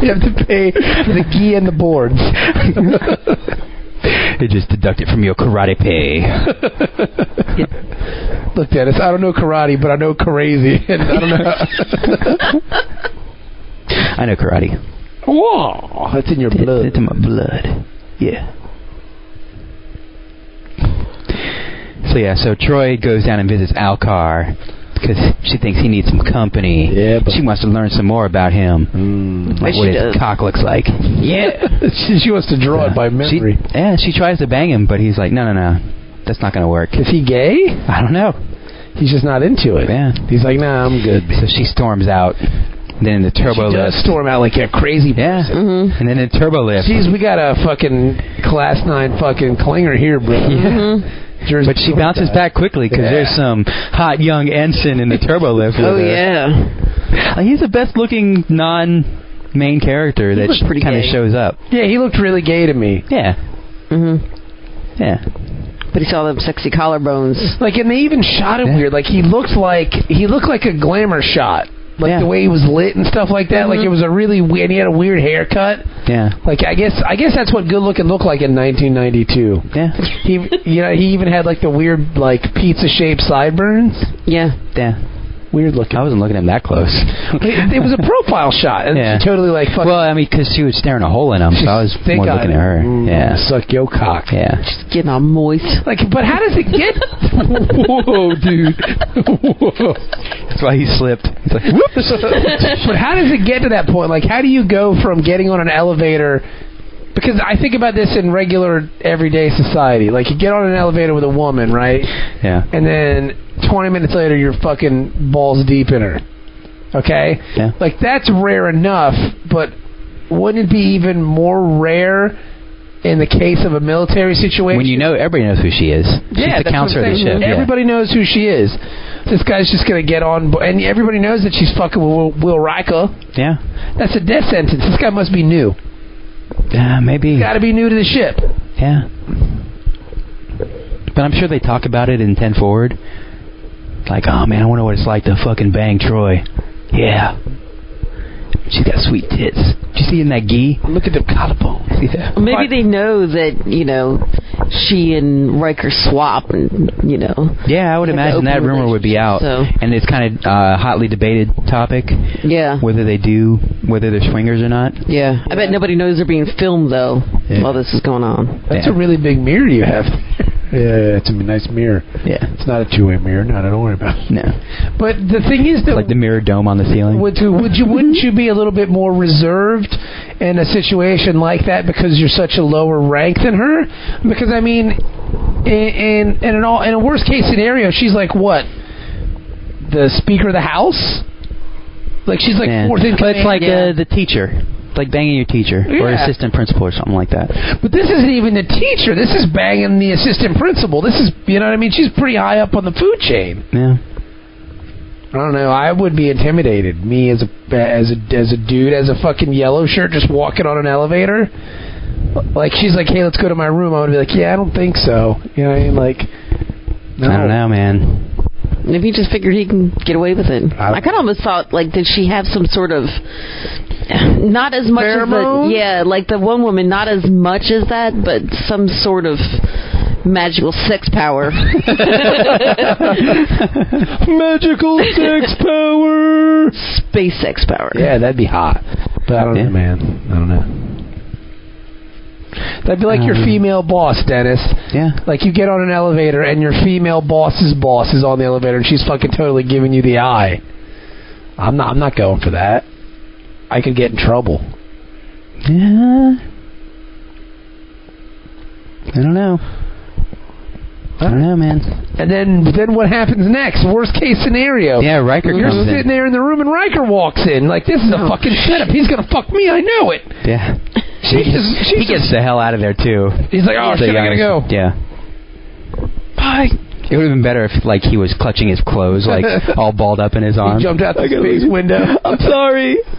S2: you have to pay the gi and the boards.
S4: They just deduct it from your karate pay.
S2: Look, Dennis. I don't know karate, but I know crazy, and I don't know.
S4: I know karate.
S2: Whoa, that's in your blood.
S4: It's in my blood. Yeah. So yeah, so Troy goes down and visits Alcar because she thinks he needs some company.
S2: Yeah, but-
S4: she wants to learn some more about him,
S3: But
S4: like what
S3: she
S4: his
S3: does.
S4: cock looks like. Yeah,
S2: she, she wants to draw it by memory.
S4: She, yeah, she tries to bang him, but he's like, no, no, no, that's not gonna work.
S2: Is he gay?
S4: I don't know.
S2: He's just not into it.
S4: Yeah.
S2: He's like, nah, I'm good.
S4: Uh, So she storms out. Then in the turbo
S2: she
S4: lift.
S2: does storm out like a crazy.
S4: yeah, Mm-hmm.
S3: Mhm.
S4: and then in the turbo lift.
S2: Jeez, we got a fucking class nine fucking clinger here, bro. Jersey
S4: Mm-hmm. but she
S2: Shore
S4: bounces
S2: guy.
S4: back quickly because
S2: Yeah.
S4: there's some hot young ensign in the turbo lift. with
S3: Oh
S4: her.
S3: yeah.
S4: Uh, he's the best looking non main character that
S3: looks pretty
S4: kind of
S3: gay.
S4: shows up.
S2: Yeah, he looked really gay to me.
S4: Yeah,
S3: Mhm.
S4: yeah.
S3: But he saw them sexy collarbones.
S2: Like, and they even shot it
S4: Yeah.
S2: weird. Like, he looked like he looked like a glamour shot. Like
S4: Yeah. Mm-hmm.
S2: the way he was lit and stuff like that. Like it was a really weird. And he had a weird haircut.
S4: Yeah,
S2: Like I guess I guess that's what good looking looked like in 1992.
S4: yeah,
S2: He, you know, he even had like the weird like pizza shaped sideburns.
S3: Yeah.
S4: yeah.
S2: Weird looking.
S4: I wasn't looking at him that close.
S2: it, it was a profile shot, and
S4: Yeah.
S2: she totally like fucking.
S4: well, I mean, because she was staring a hole in him, so I was
S2: thick
S4: more looking at her.
S2: Mm,
S4: Yeah,
S2: suck yo cock.
S4: yeah.
S3: She's getting all moist.
S2: Like, but how does it get? Whoa, dude. Whoa.
S4: That's why he slipped. He's like, whoops.
S2: but how does it get to that point? Like, how do you go from getting on an elevator? Because I think about this in regular everyday society. Like, you get on an elevator with a woman, right?
S4: Yeah,
S2: And then 20 minutes later, you're fucking balls deep in her. Okay?
S4: Yeah.
S2: Like, that's rare enough, but wouldn't it be even more rare in the case of a military situation?
S4: when you know everybody knows who she is.
S2: Yeah,
S4: She's
S2: that's
S4: the counselor
S2: what I'm
S4: of the
S2: saying.
S4: ship. yeah.
S2: Everybody knows who she is. This guy's just gonna get on, bo- and everybody knows that she's fucking with Will, Will Riker.
S4: Yeah,
S2: That's a death sentence. This guy must be new.
S4: yeah, Uh, maybe.
S2: Got to be new to the ship.
S4: Yeah. But I'm sure they talk about it in 10 Forward. Like, oh man, I wonder what it's like to fucking bang Troy. Yeah. She's got sweet tits. Did you see in that gi?
S2: Look at them collarbones.
S4: Yeah.
S3: Maybe
S2: But-
S3: they know that you know she and Riker swap, and you know.
S4: Yeah, I would
S3: Like the
S4: imagine that
S3: open
S4: rumor would be out.
S3: relationship, so-
S4: And it's kind of uh, hotly debated topic
S3: Yeah.
S4: whether they do, whether they're swingers or not.
S3: Yeah. I bet nobody knows they're being filmed though
S4: Yeah.
S3: while this is going on.
S2: That's
S4: Yeah.
S2: a really big mirror you have. yeah, it's a nice mirror.
S4: Yeah.
S2: It's not a two-way mirror. No, don't worry about it.
S4: No.
S2: But the thing is that
S4: Like the mirror dome on the ceiling.
S2: would, to, would you wouldn't you be a little bit more reserved in a situation like that because you're such a lower rank than her? Because I mean, in in, in an all in a worst case scenario, she's like what? The Speaker of the House. Like she's like
S4: Yeah.
S2: fourth in
S4: But it's
S2: command.
S4: like uh, the teacher. It's like banging your teacher or
S2: Yeah.
S4: assistant principal or something like that.
S2: But this isn't even the teacher. This is banging the assistant principal. This is, you know what I mean? She's pretty high up on the food chain.
S4: Yeah.
S2: I don't know. I would be intimidated. Me as a as a as a dude as a fucking yellow shirt just walking on an elevator. Like she's like, hey, let's go to my room. I would be like, yeah, I don't think so. You know, what I mean? like, no.
S4: I don't know, man.
S3: If he just figured he can get away with it,
S2: I-
S3: I, kind of almost thought like did she have some sort of not as much
S2: Pheromones?
S3: as the yeah, like the one woman, not as much as that, but some sort of magical sex power.
S2: Magical sex power.
S3: space sex power.
S2: Yeah, that'd be hot. But I don't
S4: Yeah.
S2: know, man. I don't know. That'd be like your
S4: Um,
S2: female boss, Dennis.
S4: Yeah.
S2: Like you get on an elevator and your female boss's boss is on the elevator and she's fucking totally giving you the eye. I'm not. I'm not going for that. I could get in trouble.
S4: Yeah. I don't know. I don't know, man.
S2: And then, then what happens next? Worst case scenario.
S4: Yeah, Riker
S2: You're
S4: comes
S2: sitting
S4: in.
S2: there in the room and Riker walks in. Like this is a fucking setup. He's gonna fuck me. I know it.
S4: Yeah.
S2: She just. She
S4: He gets
S2: just.
S4: the hell out of there too.
S2: He's like, oh
S4: So
S2: shit, I gotta
S4: yeah,
S2: go.
S4: Yeah.
S2: Bye.
S4: It would have been better if like he was clutching his clothes, like all balled up in his
S2: He
S4: arms.
S2: jumped out the space window.
S4: I'm sorry.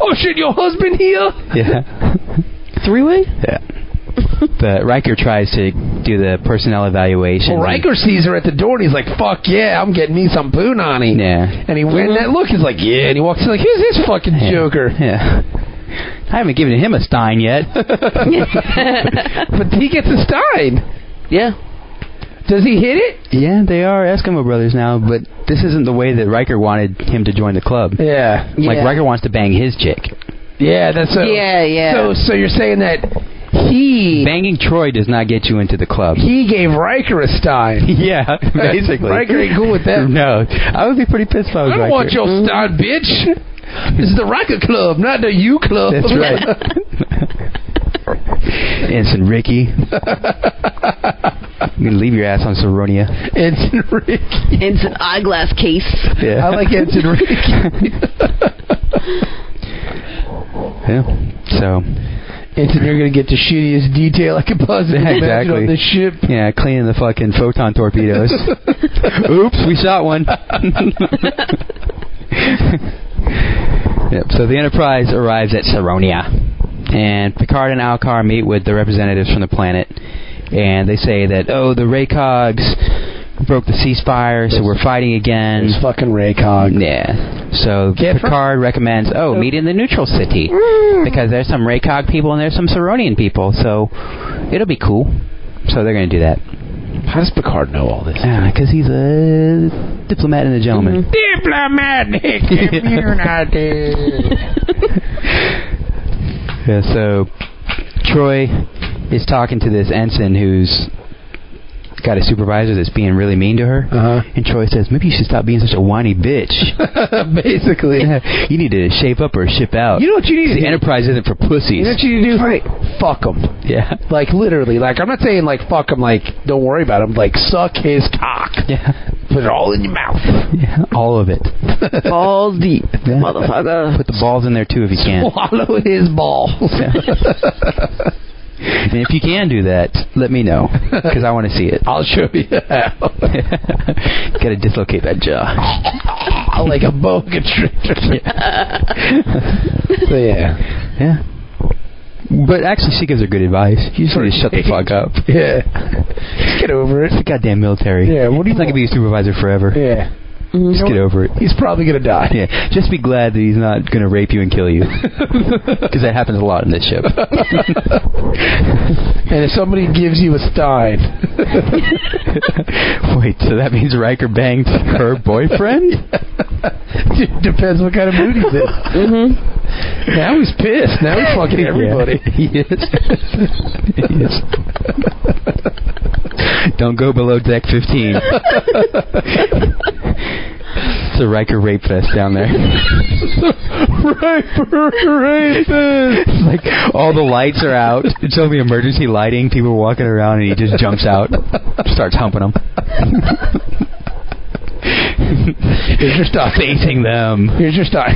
S2: oh shit, your husband here?
S4: Yeah.
S3: Three way?
S4: Yeah. But Riker tries to do the personnel evaluation.
S2: Well, Oh, Riker sees her at the door and he's like, fuck yeah, I'm getting me some punani.
S4: Yeah.
S2: And he went that look. He's like, yeah. And he walks in like, who's this fucking
S4: Yeah.
S2: joker?
S4: Yeah. I haven't given him a Stein yet.
S2: But he gets a Stein.
S3: Yeah.
S2: Does he hit it?
S4: yeah, they are Eskimo brothers now, but this isn't the way that Riker wanted him to join the club.
S2: Yeah.
S4: Like
S3: Yeah.
S4: Riker wants to bang his chick.
S2: Yeah, that's so.
S3: yeah, yeah.
S2: So, so you're saying that he
S4: Banging Troy does not get you into the club.
S2: he gave Riker a Stein.
S4: yeah, basically.
S2: Riker ain't cool with that.
S4: No, I would be pretty pissed if I was
S2: I don't
S4: Riker.
S2: want your Stein, bitch. This is the Riker Club, not the U Club.
S4: That's right. Ensign Ricky. I'm gonna leave your ass on Saronia.
S2: Ensign Ricky.
S3: It's an eyeglass case.
S4: Yeah.
S2: I like Ensign Ricky.
S4: Yeah. So
S2: Ensign, you're going to get the shittiest detail I could possibly
S4: Yeah,
S2: imagine on
S4: exactly.
S2: this ship.
S4: yeah, cleaning the fucking photon torpedoes. Oops, we shot one. yep. So the Enterprise arrives at Saronia, and Picard and Alcar meet with the representatives from the planet, and they say that oh, the Raycogs broke the ceasefire, so we're fighting again.
S2: It's fucking Raycog.
S4: Yeah. So
S2: Get fr-
S4: Picard recommends, oh, meet in the neutral city because there's some Raycog people and there's some Saronian people, so it'll be cool. So they're going to do that
S2: How does Picard know all this?
S4: because he's a diplomat and a gentleman.
S2: Diplomatic immunity. Mm-hmm.
S4: Yeah, so Troy is talking to this ensign who's got a supervisor that's being really mean to her.
S2: uh
S4: And Troy says, maybe you should stop being such a whiny bitch.
S2: huh. Basically,
S4: you need to shape up or ship out.
S2: you know what you need to do.
S4: the Enterprise isn't for
S2: You
S4: pussies.
S2: know what you need to do? Right. Fuck him.
S4: Yeah.
S2: Like literally. Like I'm not saying like fuck him. Like don't worry about him. Like suck his cock.
S4: Yeah.
S2: Put it all in your mouth.
S4: Yeah, all of it.
S3: Balls deep.
S4: Yeah.
S3: Motherfucker.
S4: Put the balls in there too if you can.
S2: Swallow his balls.
S4: And if you can do that, let me know because I want to see it.
S2: I'll show you how.
S4: Got to dislocate that jaw.
S2: like a boa constrictor. so yeah.
S4: Yeah. But actually, she gives her good advice. You just need to shut the fuck up.
S2: Yeah. Get over it.
S4: It's the goddamn military.
S2: Yeah, what do you
S4: he's not gonna be a supervisor forever.
S2: Yeah.
S4: Just get over it.
S2: He's probably gonna die.
S4: Yeah, just be glad that he's not gonna rape you and kill you, because that happens a lot in this ship.
S2: And if somebody gives you a stein,
S4: Wait, so that means Riker banged her boyfriend?
S2: it depends what kind of mood he's in. mm-hmm. Now he's pissed. Now he's fucking everybody.
S4: Yeah, he is. he is. Don't go below deck 15. it's a Riker rape fest down there.
S2: rapist.
S4: It's like all the lights are out. It's only emergency lighting. People are walking around, and he just jumps out, starts humping them. Here's your stuff. Facing them.
S2: Here's your star.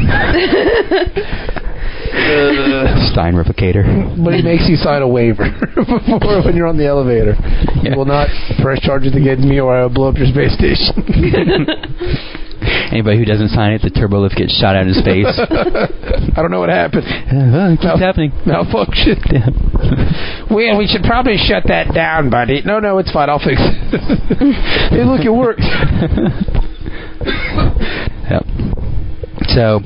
S4: Stein replicator.
S2: But he makes you sign a waiver before when you're on the elevator.
S4: Yeah.
S2: You will not press charges against me, or I will blow up your space station.
S4: Anybody who doesn't sign it, the turbo lift gets shot out in space.
S2: I don't know what happened.
S4: It's
S2: Mal-
S4: happening.
S2: Malfunction. Well, we should probably shut that down, buddy. No, no, it's fine. I'll fix it. hey, look, it worked.
S4: Yep. So,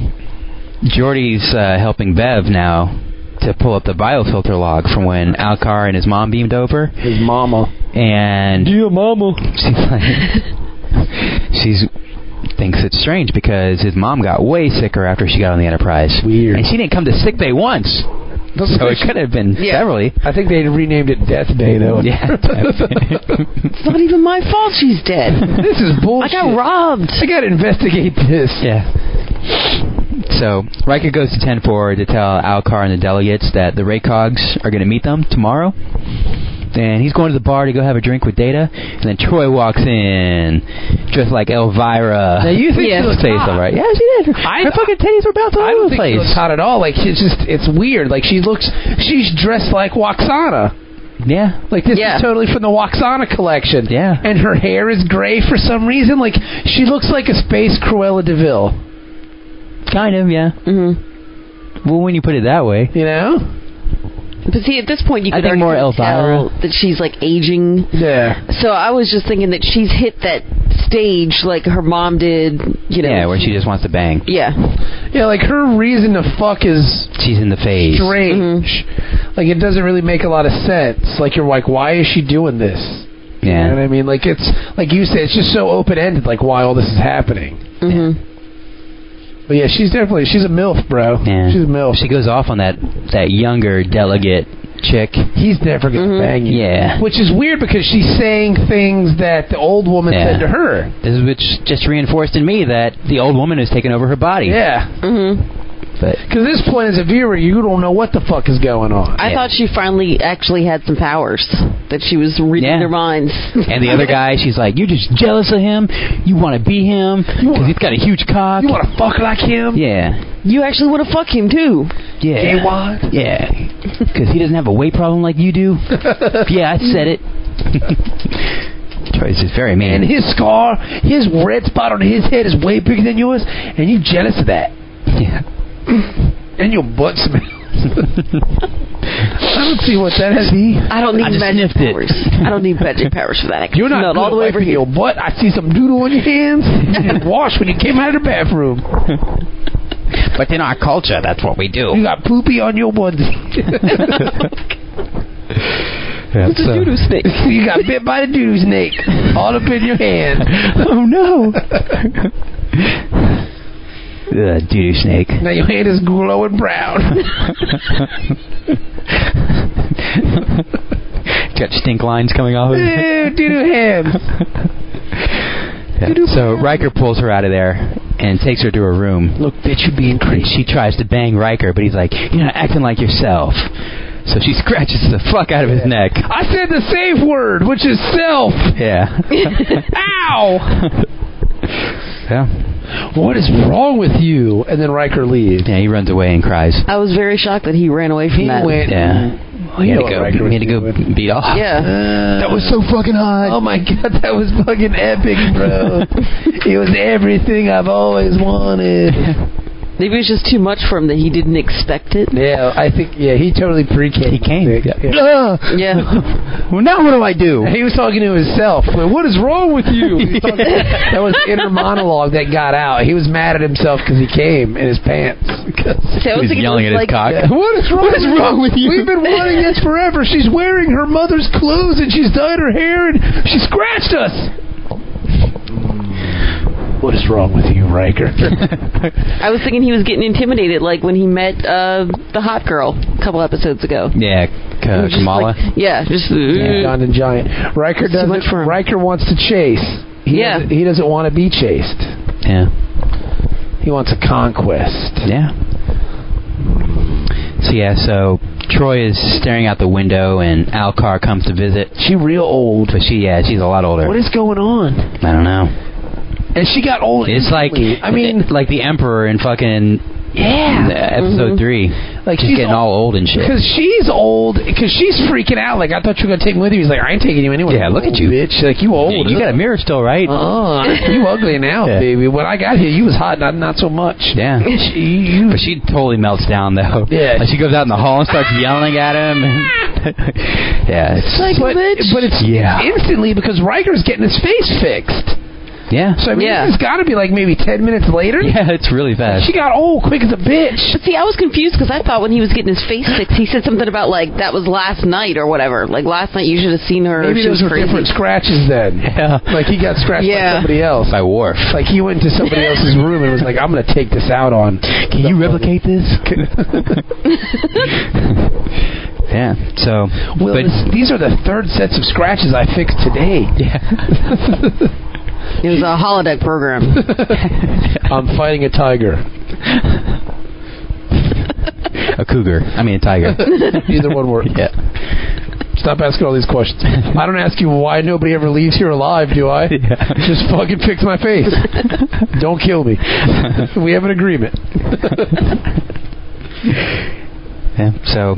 S4: Jordy's uh, helping Bev now to pull up the biofilter log from when Alcar and his mom beamed over,
S2: His mama.
S4: and
S2: Dear mama.
S4: she's like, she's thinks it's strange because his mom got way sicker after she got on the Enterprise.
S2: Weird.
S4: And she didn't come to sick bay once, so it could have been
S3: Yeah.
S4: severally.
S2: Oh, I think they renamed it Death Day, though.
S4: Yeah.
S3: It's not even my fault she's dead.
S2: This is
S3: I
S2: bullshit.
S3: got robbed.
S2: I gotta investigate this.
S4: Yeah. So Riker goes to 10 4 to tell Alcar and the delegates that the Raycogs are going to meet them tomorrow. And he's going to the bar to go have a drink with Data. And then Troy walks in, dressed like
S2: Now
S4: Elvira.
S2: you think
S3: Yes.
S2: she looks
S4: Titties, all right. Yeah, she did.
S2: I-
S4: Her fucking titties were bouncing all
S2: I
S4: over
S2: don't
S4: the
S2: think she
S4: place.
S2: looks hot at all. Like she's just, it's weird. Like she looks, she's dressed like Waxana.
S4: Yeah.
S2: Like this
S3: Yeah.
S2: is totally from the Waxana collection.
S4: Yeah.
S2: And her hair is gray for some reason. Like she looks like a space Cruella Deville.
S4: Kind of, yeah.
S3: Mm-hmm.
S4: Well, when you put it that way.
S2: You know?
S3: But see, at this point, you
S4: I
S3: could
S4: think
S3: already
S4: more
S3: tell
S4: Elvira.
S3: that she's like aging.
S2: Yeah.
S3: So I was just thinking that she's hit that stage like her mom did. You know.
S4: Yeah, where she just wants to bang.
S3: Yeah.
S2: Yeah, like her reason to fuck is
S4: She's in the phase. Mm-hmm.
S2: strange. Like it doesn't really make a lot of sense. Like you're like, why is she doing this? You know what I
S4: Yeah.
S2: mean? Like it's like you said, it's just so open ended. Like why all this is happening.
S3: Mm-hmm.
S2: But yeah, she's definitely she's a milf, bro.
S4: Yeah.
S2: She's a milf.
S4: She goes off on that, that younger delegate chick. Mm-hmm.
S2: He's never gonna
S3: Mhm.
S2: bang you.
S4: Yeah.
S2: Which is weird because she's saying things that the old woman
S4: Yeah.
S2: said to her.
S4: This is which just reinforced in me that the old woman has taken over her body.
S2: Yeah.
S3: Mm-hmm.
S4: But
S2: Because this point, as a viewer, you don't know what the fuck is going on.
S3: I
S4: Yeah.
S3: thought she finally actually had some powers. That she was reading
S4: Yeah.
S3: their minds.
S4: and the other guy, she's like, "You're just jealous of him. You want to be him because he's got a huge cock."
S2: you want to fuck like him?
S4: yeah,
S3: You actually want to fuck him too.
S2: Gay
S4: yeah,
S2: wad?
S4: yeah. Because he doesn't have a weight problem like you do. yeah, I said it. Troy's is very
S2: And
S4: mean.
S2: his scar, his red spot on his head is way bigger than yours, and you jealous of that.
S4: Yeah.
S2: And your butt smells. I don't see what that has.
S3: I don't need
S4: I just
S3: magic
S4: sniffed it.
S3: powers. I don't need magic powers for that. I can
S2: You're not
S3: smell it
S2: good
S3: all the way
S2: at
S3: over
S2: wiping
S3: here.
S2: your butt. I see some doodle on your hands. You didn't wash when you came out of the bathroom.
S4: But in our culture, that's what we do.
S2: You got poopy on your onesie.
S3: uh,
S4: Yeah, so-
S2: you got bit by the doodle snake. All up in your hands.
S4: oh no. Uh, doo snake.
S2: Now your hand is glowing brown.
S4: Got stink lines coming off of it.
S2: Ew, doodle hands.
S4: Yeah. So Riker pulls her out of there and takes her to her room.
S2: Look, bitch, you're being
S4: And
S2: crazy.
S4: she tries to bang Riker, but he's like, You're not acting like yourself. So she scratches the fuck out of his neck.
S2: I said the safe word, which is self.
S4: Yeah.
S2: Ow!
S4: yeah.
S2: What is wrong with you? And then Riker leaves.
S4: Yeah, he runs away and cries.
S3: I was very shocked that he ran away from
S2: He
S3: that.
S2: went. Oh,
S4: Yeah.
S2: you
S4: he
S2: know
S4: had to
S2: what
S4: go,
S2: Riker
S4: he had to go
S2: was
S4: beat off.
S3: Yeah.
S2: That was so.
S4: fucking hot.
S2: Oh my god, that was fucking epic, bro. it was everything I've always wanted.
S3: Maybe it was just too much for him that he didn't expect it.
S2: Yeah, I think. Yeah, he totally pre-came.
S4: He came.
S2: sick.
S4: Yeah.
S2: Yeah.
S3: Yeah.
S4: Well, now what do I do?
S2: He was talking to himself. Like, what is wrong with you? He was talking- that was inner monologue that got out. He was mad at himself because he came in his pants. 'Cause-
S3: So I was
S4: He's
S3: thinking it
S4: yelling
S3: was
S4: at his
S3: like,
S4: cock.
S2: What is wrong?
S4: What is wrong with you?
S2: We've been wanting this forever. She's wearing her mother's clothes and she's dyed her hair and she scratched us. What is wrong with you, Riker?
S3: I was thinking he was getting intimidated, like when he met uh, the hot girl a couple episodes ago.
S4: Yeah,
S3: It
S4: K-
S3: was just
S4: Kamala.
S3: like- yeah, just uh,
S2: John and Giant. Riker
S3: Too much
S2: doesn't.
S3: for him.
S2: Riker wants to chase. He
S3: Yeah.
S2: Doesn't, he doesn't want to be chased.
S4: yeah,
S2: He wants a conquest.
S4: yeah. yeah, so Troy is staring out the window, and Alcar comes to visit.
S2: She real old.
S4: But she, yeah, she's a lot older.
S2: What is going on?
S4: I don't know.
S2: And she got old.
S4: It's like
S2: instantly. I mean,
S4: like the Emperor in fucking
S2: yeah.
S4: episode three.
S2: Mm-hmm. Like,
S4: she's
S2: she's
S4: getting all old and shit.
S2: Because she's old. Because she's freaking out. Like, I thought you were going to take me with you. He's like, I ain't taking you anywhere.
S4: Yeah, look at you.
S2: Bitch. Like, you old.
S4: You got a mirror still, right?
S2: Oh, you ugly now,
S4: Yeah.
S2: baby. When I got here, you was hot, not not so much.
S4: Yeah.
S2: She, you,
S4: But she totally melts down though.
S2: Yeah.
S4: Like, she goes out in the hall and starts yelling at him. yeah. It's
S2: like, but, but it's
S4: Yeah.
S2: instantly because Riker's getting his face fixed.
S4: yeah.
S2: So I mean,
S3: Yeah.
S2: it's got to be like maybe ten minutes later.
S4: yeah, it's really fast.
S2: She got old quick as a bitch.
S3: But see, I was confused because I thought when he was getting his face fixed, he said something about like that was last night or whatever. Like last night, you should have seen her.
S2: Maybe
S3: she
S2: those
S3: was
S2: were
S3: crazy.
S2: different scratches then.
S4: Yeah.
S2: Like he got scratched by
S3: Yeah.
S2: somebody else.
S4: By Worf.
S2: Like he went to somebody else's room and was like, "I'm gonna take this out on."
S4: Can you replicate this? yeah. So.
S2: Well,
S4: but,
S2: this- these are the third sets of scratches I fixed today.
S4: yeah.
S3: It was a holodeck program.
S2: I'm fighting a tiger.
S4: A cougar. I mean a tiger.
S2: Either one works.
S4: yeah.
S2: Stop asking all these questions. I don't ask you why nobody ever leaves here alive, do I? Just fucking fix my face. don't kill me. We have an agreement.
S4: yeah. So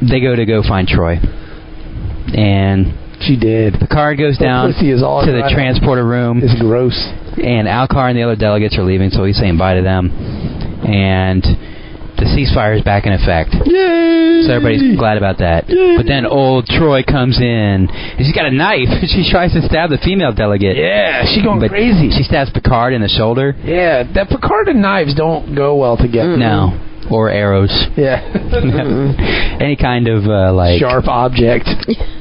S4: they go to go find Troy, and
S2: She did.
S4: Picard goes down
S2: pussy is all
S4: to the
S2: dried up.
S4: transporter room.
S2: It's gross.
S4: and Alcar and the other delegates are leaving, so he's saying bye to them. And the ceasefire is back in effect.
S2: Yay!
S4: So everybody's glad about that. But then old Troy comes in. And she's got a knife. She tries to stab the female delegate.
S2: Yeah, she going
S4: But
S2: crazy.
S4: She stabs Picard in the shoulder.
S2: Yeah, that Picard and knives don't go well together.
S4: No. Or arrows.
S2: Yeah.
S4: Any kind of, uh, like,
S2: Sharp object.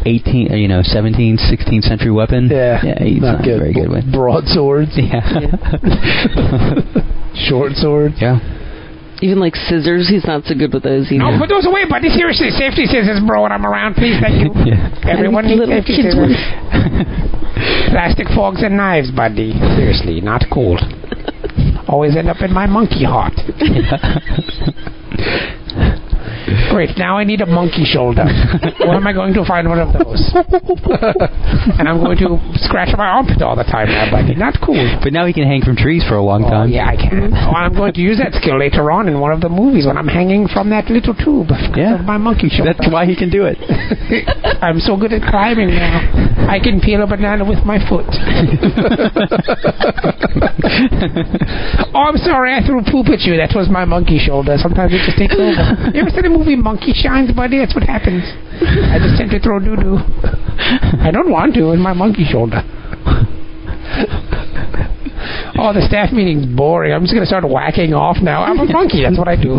S4: 18, uh, you know, 17th, 16th century weapon.
S2: Yeah.
S4: Yeah, he's not, a very good with.
S2: Broadswords,
S4: Yeah.
S2: short swords.
S4: yeah.
S3: Even like scissors, he's not so good with those either.
S5: No, put those away, buddy. Seriously, safety scissors, bro, when I'm around. Please, thank you.
S4: Yeah.
S5: Everyone
S3: And
S5: needs
S3: little
S5: safety
S3: kids
S5: scissors. Plastic forks and knives, buddy. Seriously, not cool. Always end up in my monkey heart. Great, now I need a monkey shoulder. Where am I going to find one of those? and I'm going to scratch my armpit all the time now, buddy. Not cool.
S4: But now he can hang from trees for a long
S5: Oh,
S4: time.
S5: yeah, I can. Oh, I'm going to use that skill later on in one of the movies when I'm hanging from that little tube.
S4: Yeah.
S5: Of my monkey shoulder.
S4: That's why he can do it.
S5: I'm so good at climbing now. I can peel a banana with my foot. oh, I'm sorry, I threw poop at you. That was my monkey shoulder. Sometimes it just takes over. You ever seen the movie Monkey Shines, buddy? That's what happens. I just tend to throw doo doo. I don't want to in my monkey shoulder. Oh, the staff meeting's boring. I'm just going to start whacking off now. I'm a monkey. That's what I do.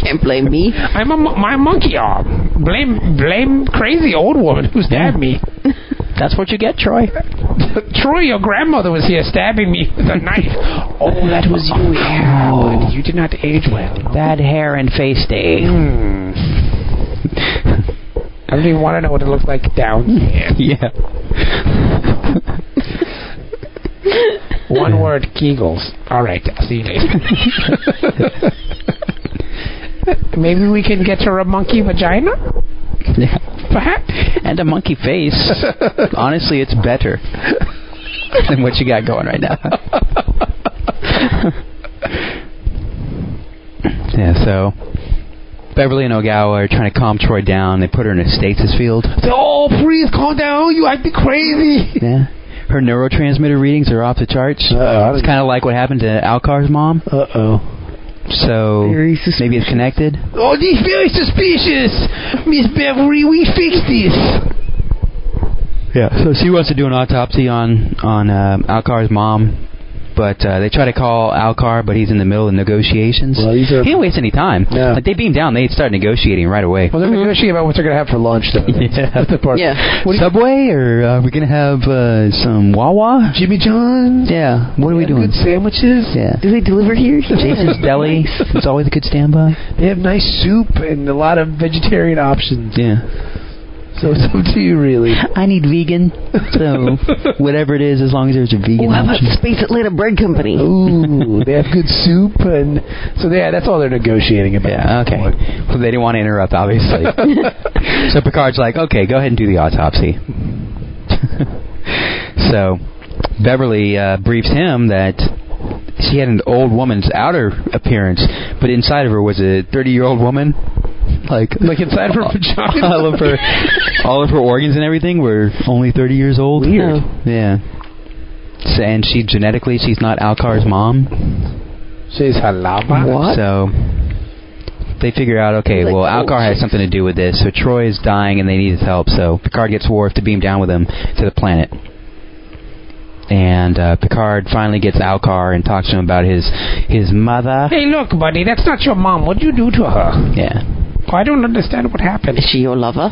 S3: Can't blame me.
S5: I'm a mo- my monkey arm. Blame blame crazy old woman who stabbed me.
S4: That's what you get, Troy.
S5: Troy, your grandmother was here stabbing me with a knife. Oh, that was you. Yeah, but you did not age well.
S4: Bad hair and face day.
S5: Hmm. I don't even want to know what it looked like down here.
S4: Yeah.
S5: One word, Kegels. All right, I'll see you later. Maybe we can get her a monkey vagina?
S4: yeah.
S5: Perhaps?
S4: And a monkey face. Honestly, it's better than what you got going right now. yeah, so Beverly and Ogawa are trying to calm Troy down. They put her in a stasis field.
S2: Oh, please calm down. You acting crazy.
S4: Yeah. Her neurotransmitter readings are off the charts.
S2: Uh-oh.
S4: It's kind of like what happened to Alcar's mom.
S2: Uh oh.
S4: So
S3: Very suspicious.
S4: maybe it's connected.
S2: Oh, this is very suspicious. Miss Beverly, we fixed this.
S4: Yeah. So she wants to do an autopsy on on uh, Alcar's mom, but uh, they try to call Alcar, but he's in the middle of negotiations.
S2: Well, these are-
S4: he didn't waste any time.
S2: No.
S4: Like they beam down, they start negotiating right away.
S2: Well, they're
S5: Mm-hmm.
S2: negotiating about what they're going to have for lunch, though.
S4: Yeah.
S2: That's the part.
S3: Yeah.
S2: What do you-
S4: Subway, or uh, are we gonna have uh, some Wawa?
S2: Jimmy John's.
S4: Yeah. What are we
S2: They have
S4: doing?
S2: Good sandwiches.
S4: Yeah.
S3: Do they deliver here?
S4: Jason's Deli. It's always a good standby.
S2: They have nice soup and a lot of vegetarian options.
S4: Yeah.
S2: So it's up to you, really.
S4: I need vegan. So whatever it is, as long as there's a
S3: Ooh,
S4: vegan
S3: Oh, how about
S4: option.
S3: Space Atlanta Bread Company?
S2: Ooh, they have good soup, and so yeah, that's all they're negotiating about.
S4: Yeah, okay. Well, they didn't want to interrupt, obviously. so Picard's like, okay, go ahead and do the autopsy. so Beverly uh, briefs him that she had an old woman's outer appearance, but inside of her was a 30 year old woman. Like,
S2: Like inside of her vagina.
S4: all of her, all of her organs and everything were only 30 years old.
S3: Weird.
S4: Yeah. So, and she genetically, she's not Alcar's mom.
S2: She's halaba.
S3: What?
S4: So they figure out, okay,
S3: Like,
S4: well,
S3: oh,
S4: Alcar has something to do with this. So Troy is dying and they need his help. So Picard gets Worf to beam down with him to the planet. And uh, Picard finally gets Alcar and talks to him about his his mother.
S5: Hey, look, buddy, that's not your mom. What'd you do to her?
S4: Yeah,
S5: I don't understand what happened.
S3: Is she your lover?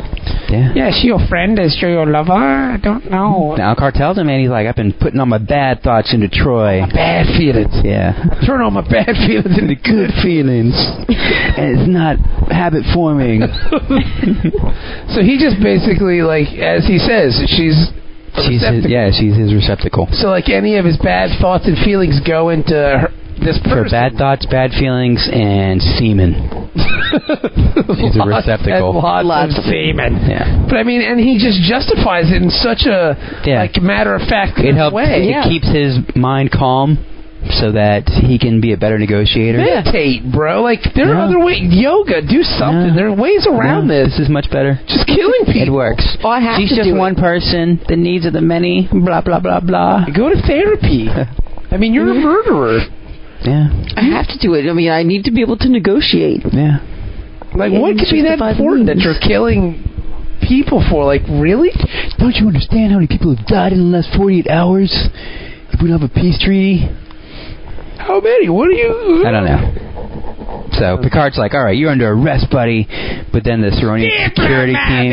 S4: yeah.
S5: Yeah, is she your friend? Is she your lover? I don't know.
S4: And Alcar tells him, and he's like, "I've been putting all my bad thoughts into Troy."
S2: Bad feelings.
S4: Yeah.
S2: Turn all my bad feelings into good feelings.
S4: And it's not habit forming.
S2: So he just basically, like, as he says, she's. a
S4: she's his,
S2: receptacle.
S4: yeah, she's his receptacle.
S2: So, like, any of his bad thoughts and feelings go into her, this person.
S4: For bad thoughts, bad feelings, and semen. She's a receptacle.
S2: Lots, and lots of semen.
S4: Yeah.
S2: But I mean, and he just justifies it in such a
S4: Yeah.
S2: like matter of fact
S4: It helps.
S2: way.
S4: It keeps his mind calm so that he can be a better negotiator.
S2: Meditate, bro. Like there
S4: Yeah.
S2: are other ways. Yoga, do something. There
S4: Yeah.
S2: are ways around
S4: Yeah,
S2: this.
S4: is much better.
S2: Just killing
S4: It
S2: people.
S4: works.
S3: Oh, I have
S4: She's
S3: to
S4: just
S3: do it.
S4: one person. The needs of the many. Blah blah blah blah.
S2: Go to therapy. I mean, you're a murderer.
S4: Yeah.
S3: I have to do it. I mean, I need to be able to negotiate.
S4: Yeah.
S2: Like,
S3: Yeah,
S2: what
S3: you
S2: could be that
S3: justify the
S2: important that
S3: means.
S2: you're killing people for? Like, really?
S4: Don't you understand how many people have died in the last 48 hours? If we don't have a peace treaty.
S2: How many? What are you?
S4: I don't know. So Picard's like, "All right, you're under arrest, buddy." But then the Cerrone security team.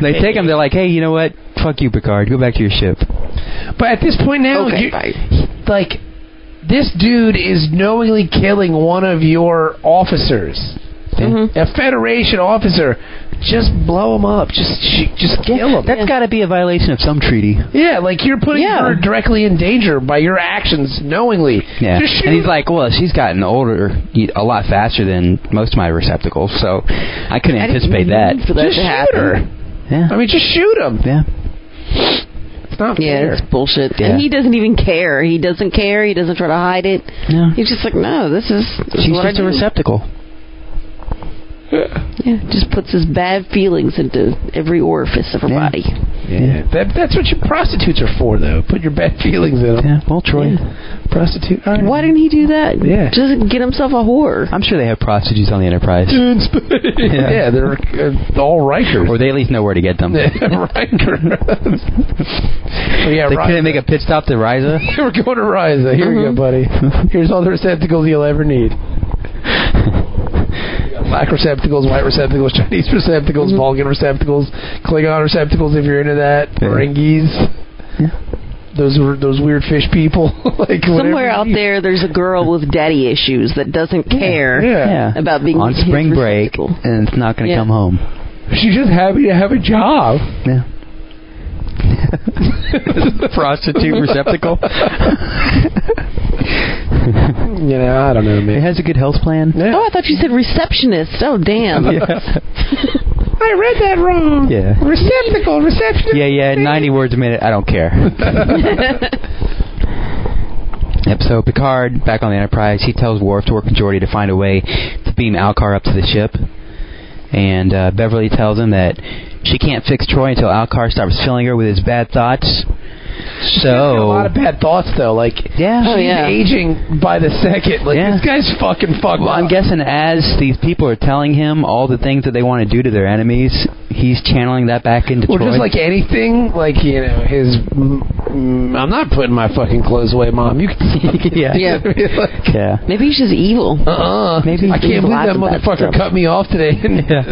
S4: They take him. They're like, "Hey, you know what? Fuck you, Picard. Go back to your ship."
S2: But at this point now,
S3: Okay,
S2: you,
S3: bye.
S2: like, this dude is knowingly killing one of your officers. A Federation officer, just blow him up. Just, sh- just kill him.
S4: That's got to be a violation of some treaty.
S2: Yeah, like you're putting
S3: Yeah.
S2: her directly in danger by your actions knowingly.
S4: Yeah.
S2: Just shoot.
S4: And he's like, well, she's gotten older y- a lot faster than most of my receptacles, so I couldn't
S3: I didn't
S4: anticipate that.
S3: mean for that
S2: just
S3: to
S2: shoot
S3: happen.
S2: her.
S4: Yeah.
S2: I mean, just shoot him.
S4: yeah.
S2: It's not
S3: Yeah,
S2: fair.
S3: it's bullshit.
S4: Yeah.
S3: And he doesn't even care. He doesn't care. He doesn't try to hide it.
S4: No.
S3: He's just like, no, this is. This is
S4: She's
S3: what I
S4: just a
S3: do.
S4: receptacle.
S3: Yeah, just puts his bad feelings into every orifice of her
S4: Yeah.
S3: body.
S2: Yeah. That, that's what your prostitutes are for, though. Put your bad feelings in them.
S4: Yeah. Well, Troy.
S2: Prostitute. All right.
S3: Why didn't he do that?
S2: Yeah.
S3: Just get himself a whore.
S4: I'm sure they have prostitutes on the Enterprise,
S3: Mm.
S2: In space.
S4: Yeah.
S2: Yeah. they're uh, all Rikers.
S4: or they at least know where to get them.
S2: Yeah, Rikers. so yeah,
S4: They
S2: Ri-
S4: couldn't make a pit stop to Riza.
S2: They were going to Ryza. Here we go, buddy. Here's all the receptacles you'll ever need. Black receptacles, white receptacles, Chinese receptacles, Vulcan receptacles, Klingon receptacles. If you're into that,
S4: Yeah.
S2: Ferengis. Those were those weird fish people. like whatever
S3: Somewhere out
S2: you-
S3: there, there's a girl with daddy issues that doesn't care
S2: Yeah.
S3: about being
S4: on
S3: his
S4: spring break,
S3: receptacle.
S4: and it's not going to
S3: Yeah.
S4: come home.
S2: She's just happy to have a job.
S4: Yeah. Prostitute receptacle.
S2: You know, I don't know,
S4: It
S2: man.
S4: has a good health plan.
S2: Yeah.
S3: Oh, I thought you said receptionist. Oh, damn.
S2: I read that wrong.
S4: Yeah.
S2: Receptacle, reception.
S4: Yeah, yeah, 90 words a minute. I don't care. yep, so Picard, back on the Enterprise, he tells Worf to work with Geordi to find a way to beam Alcar up to the ship. And uh, Beverly tells him that she can't fix Troy until Alcar stops filling her with his bad
S2: A
S4: thoughts.
S2: lot of
S4: So.
S2: bad thoughts though. Like
S4: Yeah.
S3: Oh,
S2: she's
S3: yeah.
S2: aging by the second. Like
S4: Yeah.
S2: this guy's fucking fucked
S4: Well,
S2: up.
S4: I'm guessing as these people are telling him all the things that they want to do to their enemies, he's channeling that back into
S2: Well,
S4: Troy.
S2: just like anything, like you know, his. Mm, mm, I'm not putting my fucking clothes away, mom. You can.
S4: yeah.
S3: Yeah.
S2: like,
S4: Yeah.
S3: Maybe he's just evil.
S2: uh-uh.
S4: Maybe
S2: I
S3: he's
S2: can't believe
S3: lots
S2: that
S3: of bad
S2: motherfucker
S3: stuff.
S2: cut me off today and
S4: Yeah.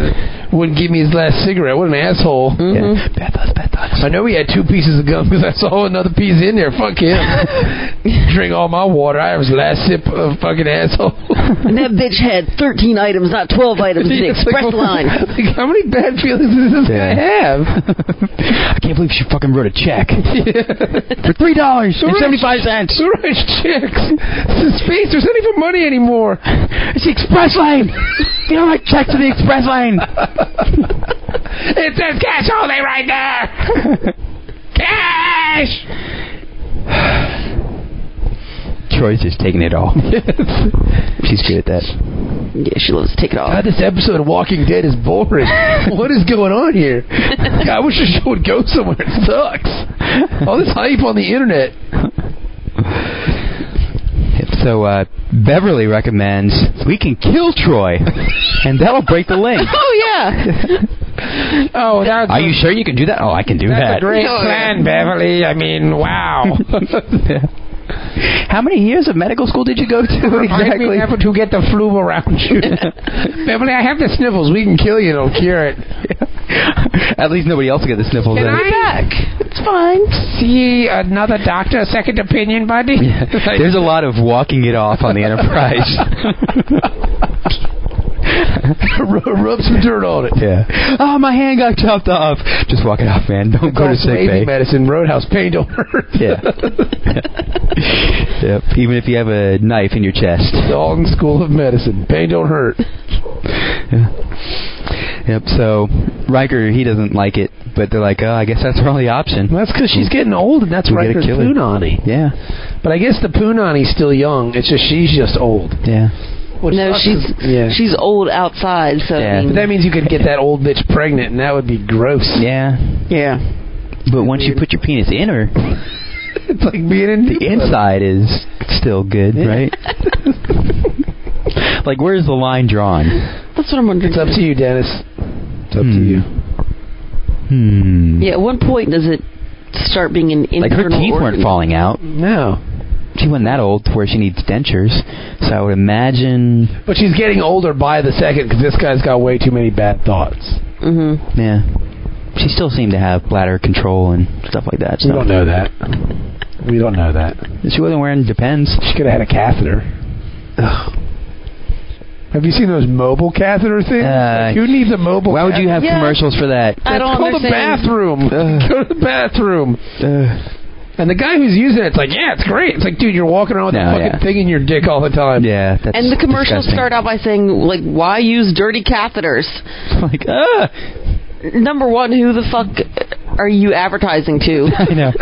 S2: wouldn't give me his last cigarette. What an asshole.
S3: Mm-hmm.
S4: yeah. Bad thoughts, bad thoughts.
S2: I know he had two pieces of gum because I saw another piece in there. Fuck him. Drink all my water. I was last sip of fucking asshole.
S3: And that bitch had 13 items, not 12 items in the
S2: It's like,
S3: express
S2: what-
S3: line.
S2: like, how many bad feelings does this guy have?
S4: I can't believe she fucking wrote a check for three dollars and seventy-five cents.
S2: Two rich chicks. This space. There's not even money anymore.
S4: It's the express lane. You don't write checks to the express lane.
S2: It says cash only right there. cash.
S4: Troy's just taking it all. She's good at that.
S3: Yeah, she loves to take it off.
S2: God, Uh, this episode of Walking Dead is boring. what is going on here? God, I wish the show would go somewhere. It sucks. All this hype on the internet.
S4: So uh, Beverly recommends we can kill Troy, and that'll break the link.
S3: Oh yeah,
S2: Oh, that's,
S4: Are you sure you can do that? Oh, I can do
S2: that's
S4: that.
S2: a great
S3: Oh, yeah.
S2: plan, Beverly. I mean, wow.
S4: How many years of medical school did you go to
S2: Exactly.
S4: exactly?
S2: Me never to get the flu around you. Beverly, I have the sniffles. We can kill you. Don't cure it.
S4: At least nobody else will get the sniffles.
S2: Can
S4: in.
S2: I
S3: it's fine.
S2: see another doctor, a second opinion, buddy?
S4: There's a lot of walking it off on the Enterprise.
S2: Rub some dirt on it.
S4: yeah. Oh, my hand got chopped off. Just walk it off, man. Don't go to
S2: Call
S4: sick
S2: lazy
S4: bay.
S2: medicine. Roadhouse pain don't hurt.
S4: Yeah. yep. Even if you have a knife in your chest.
S2: Dalton School of Medicine. Pain don't hurt.
S4: Yep. So Riker, he doesn't like it, but they're like, oh, I guess that's our only option.
S2: That's because she's getting old, and that's
S4: We gotta
S2: Riker's
S4: kill her.
S2: Punani.
S4: Yeah.
S2: But I guess the Punani's still young. It's just she's just old.
S4: Yeah.
S2: Which
S3: No,
S2: sucks
S3: she's
S2: is- yeah.
S3: she's old outside, so
S4: Yeah,
S3: I
S2: But
S3: mean,
S2: that means you could get that old bitch pregnant, and that would be gross.
S4: Yeah.
S3: yeah.
S4: But once you put your penis in her,
S2: It's like being in
S4: the inside is still good, right? like, where's the line drawn?
S3: That's what I'm wondering.
S2: It's up to you, Dennis. It's up to
S4: Hmm.
S2: you.
S4: Hmm.
S3: Yeah, at one point does it start being an internal
S4: Like her teeth
S3: organ?
S4: weren't falling out.
S2: No,
S4: She wasn't that old to where she needs dentures. So I would imagine,
S2: but she's getting older by the second because this guy's got way too many bad thoughts.
S3: Mm-hmm.
S4: yeah, she still seemed to have bladder control and stuff like that.
S2: We
S4: So
S2: don't know that. We don't know that.
S4: she wasn't wearing Depends.
S2: She could have had a catheter. Have you seen those mobile catheter things?
S4: Uh,
S2: Like, who needs a mobile?
S4: Why would you have
S3: Yeah.
S4: commercials for that?
S3: I don't
S2: Call the
S3: understand.
S2: bathroom. Go to the bathroom.
S3: Uh,
S2: And the guy who's using it's like, yeah, it's great. It's like, dude, you're walking around with
S4: No,
S2: a fucking
S4: yeah.
S2: thing in your dick all the time.
S4: yeah, that's
S3: And the commercials
S4: disgusting.
S3: start out by saying like, "Why use dirty catheters?"
S4: like, ah,
S3: Number one, who the fuck are you advertising to?
S4: I know.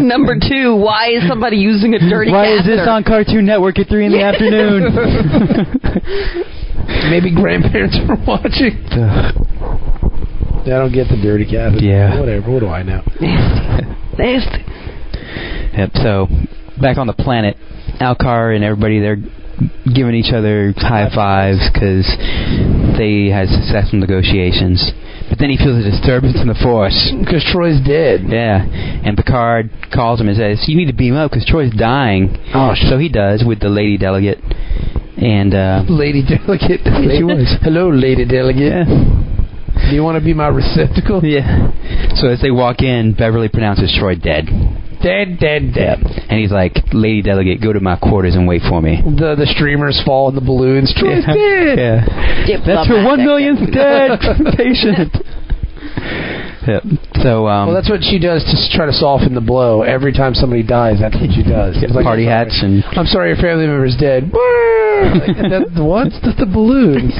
S3: Number two, why is somebody using a dirty
S4: Why is
S3: catheter?
S4: this on Cartoon Network at three in the afternoon?
S2: Maybe grandparents are watching. I don't get the dirty catheter.
S4: Yeah.
S2: Whatever. What do I know?
S3: Nasty.
S4: Yep. So, back on the planet, Alcar and everybody they're giving each other high fives because they had successful negotiations. But then he feels a disturbance in the force.
S2: Because Troy's dead.
S4: Yeah, and Picard calls him and says, "You need to beam up because Troy's dying."
S2: Oh,
S4: So he does with the lady delegate, and uh,
S2: Lady delegate. Lady-
S4: was.
S2: Hello, lady delegate.
S4: yeah,
S2: Do you want to be my receptacle?
S4: yeah. So as they walk in, Beverly pronounces Troy dead.
S2: Dead, dead,
S4: Yep.
S2: dead.
S4: And he's like, "Lady delegate, go to my quarters and wait for me."
S2: The the streamers fall in the balloons. Troy's dead.
S4: Yeah. That's her one millionth dead patient. Yep. So um,
S2: Well, that's what she does to s- try to soften the blow. Every time somebody dies, that's what she does. It's like,
S4: party
S2: I'm sorry.
S4: hats and
S2: I'm sorry, your family member's dead. like, that, what? That's the balloons.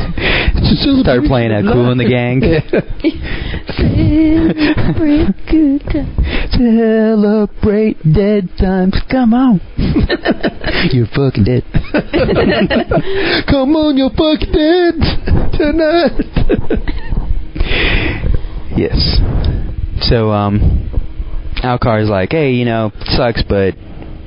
S4: start playing at Cool in the Gang. Celebrate dead times. Come on. You're fucking dead.
S2: Come on, you're fucking dead tonight.
S4: Yes. So, um, Alcar is like, hey, you know, sucks, but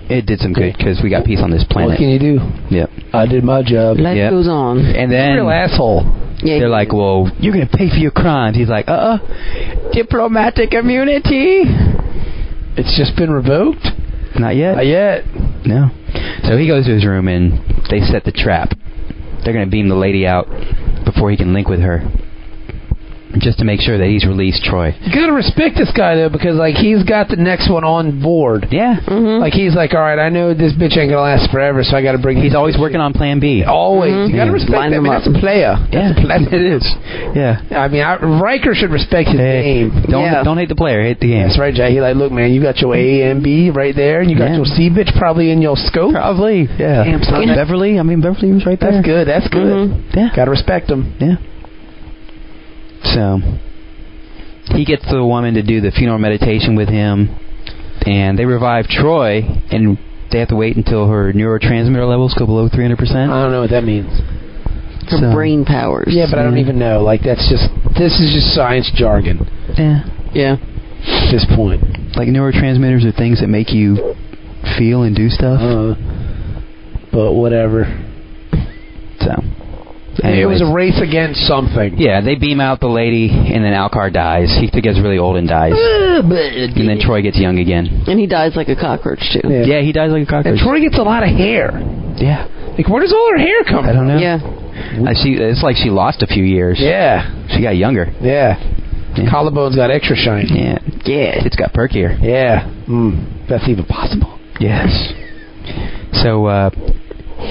S4: it did some good because we got peace on this
S2: What
S4: planet.
S2: can you do?
S4: Yep.
S2: I did my job.
S3: Life
S4: Yep.
S3: goes on.
S4: And then
S2: Real asshole.
S3: Yeah,
S4: they're like, well, you're going to pay for your crimes. He's like, uh uh Diplomatic immunity?
S2: It's just been revoked.
S4: Not yet.
S2: Not yet.
S4: No. So he goes to his room and they set the trap. They're going to beam the lady out before he can link with her. just to make sure that he's released Troy.
S2: You gotta respect this guy though, because like he's got the next one on board.
S4: Yeah.
S2: Like he's like, all right, I know this bitch ain't gonna last forever, so I gotta bring.
S4: He's
S2: this
S4: always
S2: bitch
S4: working Mm-hmm. on Plan
S2: in."
S4: B.
S2: Always, you gotta
S4: Yeah.
S2: respect
S3: Line
S2: that
S3: him
S2: man.
S3: up.
S2: That's a player.
S4: Yeah,
S2: That's a player.
S4: it is. Yeah.
S2: I mean, I, Riker should respect his
S4: Hey,
S2: name.
S4: don't
S3: Yeah.
S4: don't hate the player, hate the game.
S2: That's right, Jay. He like, look, man, you got your A and B right there, and you got
S4: Yeah.
S2: your C bitch probably in your scope.
S4: Probably, yeah.
S2: Damn, son.
S4: Beverly, I mean Beverly was right there.
S2: That's good. That's good.
S3: Mhm.
S4: Yeah.
S2: Gotta respect him.
S4: Yeah. So he gets the woman to do the funeral meditation with him, and they revive Troy, and they have to wait until her neurotransmitter levels go below 300
S2: I
S4: percent.
S2: don't know what that means.
S3: Her
S4: So-
S3: brain powers.
S2: Yeah, but I don't even know. Like, that's just this is just science jargon
S4: Yeah.
S3: yeah.
S2: at this point.
S4: Like neurotransmitters are things that make you feel and do stuff.
S2: Uh, but whatever.
S4: So.
S2: It was
S4: anyways.
S2: a race against something.
S4: yeah, they beam out the lady, and then Alcar dies. He gets really old and dies, and then Troy gets young again.
S3: And he dies like a cockroach too.
S2: Yeah.
S4: Yeah, he dies like a cockroach.
S2: And Troy gets a lot of hair.
S4: yeah,
S2: Like, where does all her hair come
S4: I
S2: from?
S4: don't know.
S3: Yeah.
S4: Uh, she, it's like she lost a few years.
S2: Yeah,
S4: She got younger.
S2: yeah.
S4: Yeah.
S2: Collarbone's got extra shine.
S4: Yeah. Yeah. It's got perkier.
S2: Yeah. Mm. That's even possible.
S4: Yes. So, uh,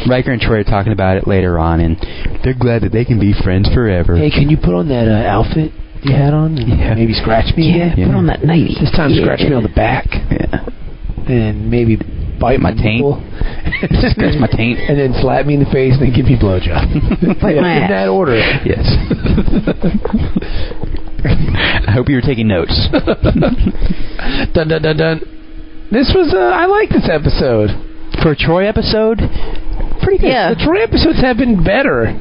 S4: Riker and Troy are talking about it later on, and they're glad that they can be friends forever.
S2: Hey, can you put on that uh, outfit you had on? And
S4: Yeah.
S2: Maybe scratch me?
S3: Yeah,
S4: Yeah.
S3: put on that nighty.
S2: This time,
S3: yeah.
S2: scratch me on the back
S4: Yeah.
S2: and maybe bite
S4: My
S2: my,
S4: taint.
S2: nipple.
S4: Scratch my taint.
S2: and then slap me in the face and then give me a blowjob.
S3: Bite my
S2: in
S3: ass.
S2: that order.
S4: Yes. I hope you were taking notes.
S2: Dun dun dun dun. This was uh, I like this episode.
S4: For a Troy episode,
S2: Pretty good.
S3: Yeah.
S2: The Troy episodes have been better.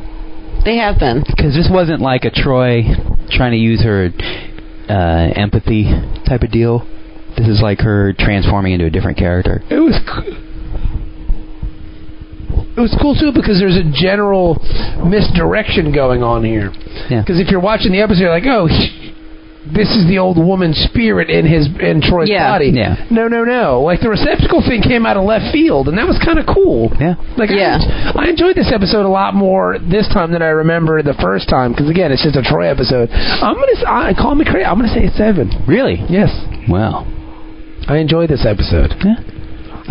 S3: They have been.
S4: because this wasn't like a Troy trying to use her uh, empathy type of deal. This is like her transforming into a different character.
S2: It was. c- It was cool too because there's a general misdirection going on here.
S4: Yeah.
S2: Because if you're watching the episode, you're like, oh, he- this is the old woman's spirit in his in Troy's
S3: Yeah.
S2: body.
S4: Yeah.
S2: No, no, no. Like the receptacle thing came out of left field, and that was kind of cool.
S4: Yeah.
S2: Like I
S3: Yeah.
S2: en- I, enjoyed this episode a lot more this time than I remember the first time because again, it's just a Troy episode. I'm gonna s- I, call me crazy. I'm gonna say a seven.
S4: Really?
S2: Yes,
S4: Wow.
S2: I enjoyed this episode.
S4: Yeah.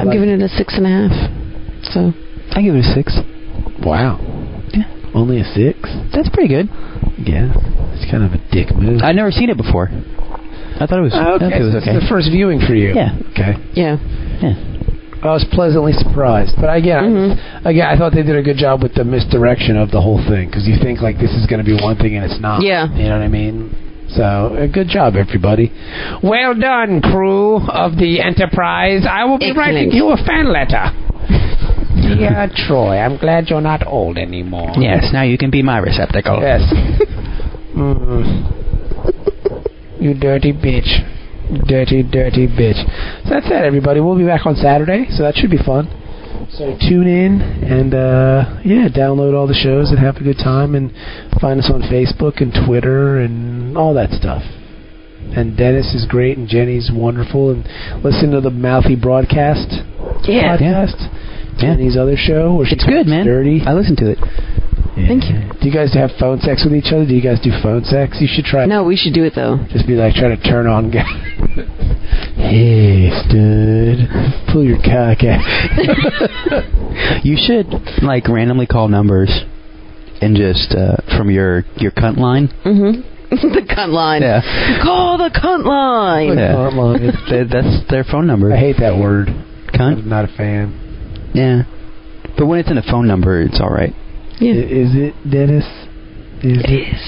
S3: I'm
S2: Like-
S3: giving it a six and a half. So
S4: I give it a six.
S2: Wow.
S4: Yeah.
S2: Only a six.
S4: That's pretty good.
S2: Yeah. It's kind of a dick move.
S4: I'd never seen it before. I thought it was
S2: okay.
S4: I thought it was
S2: so
S4: okay.
S2: This is the first viewing for you.
S4: Yeah.
S2: Okay.
S3: yeah.
S2: I was pleasantly surprised, but again, I, again, I thought they did a good job with the misdirection of the whole thing because you think like this is going to be one thing and it's not.
S3: Yeah.
S2: you know what I mean. So, uh, good job, everybody. Well done, crew of the Enterprise. I will be
S3: Excellent.
S2: writing you a fan letter. Dear Troy, I'm glad you're not old anymore.
S4: Yes. Now you can be my receptacle.
S2: Yes. mm. You dirty bitch. Dirty, dirty bitch. So that's that, everybody. We'll be back on Saturday, so that should be fun. So tune in and, uh, yeah, download all the shows and have a good time and find us on Facebook and Twitter and all that stuff. And Dennis is great and Jenny's wonderful and listen to the Mouthy Broadcast
S3: Yeah.
S2: podcast.
S4: Yeah.
S2: Jenny's other show. Where she
S4: It's good,
S2: talks
S4: man.
S2: Dirty.
S4: I listened to it.
S3: Thank you.
S2: Do you guys have phone sex with each other? Do you guys do phone sex? You should try.
S3: No, we should do it though.
S2: Just be like, try to turn on guys. hey, stud. Pull your cock out.
S4: You should like randomly call numbers and just uh, from your your cunt line.
S3: Mm-hmm. the cunt line. Call the cunt line.
S4: Yeah.
S2: Come on.
S4: That- that's their phone number.
S2: I hate that word.
S4: Cunt.
S2: I'm not a fan.
S4: Yeah. But when it's in a phone number, it's all right.
S2: I-
S3: Yeah.
S2: Is it Dennis? Is
S3: It is.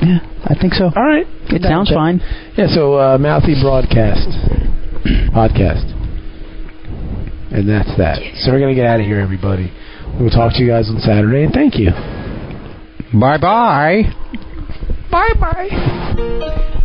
S4: Yeah, I think so.
S2: All right.
S4: It sounds fine.
S2: Yeah. So uh, mouthy broadcast podcast, and that's that. So we're gonna get out of here, everybody. We'll talk to you guys on Saturday, and thank you.
S4: Bye bye.
S2: Bye bye.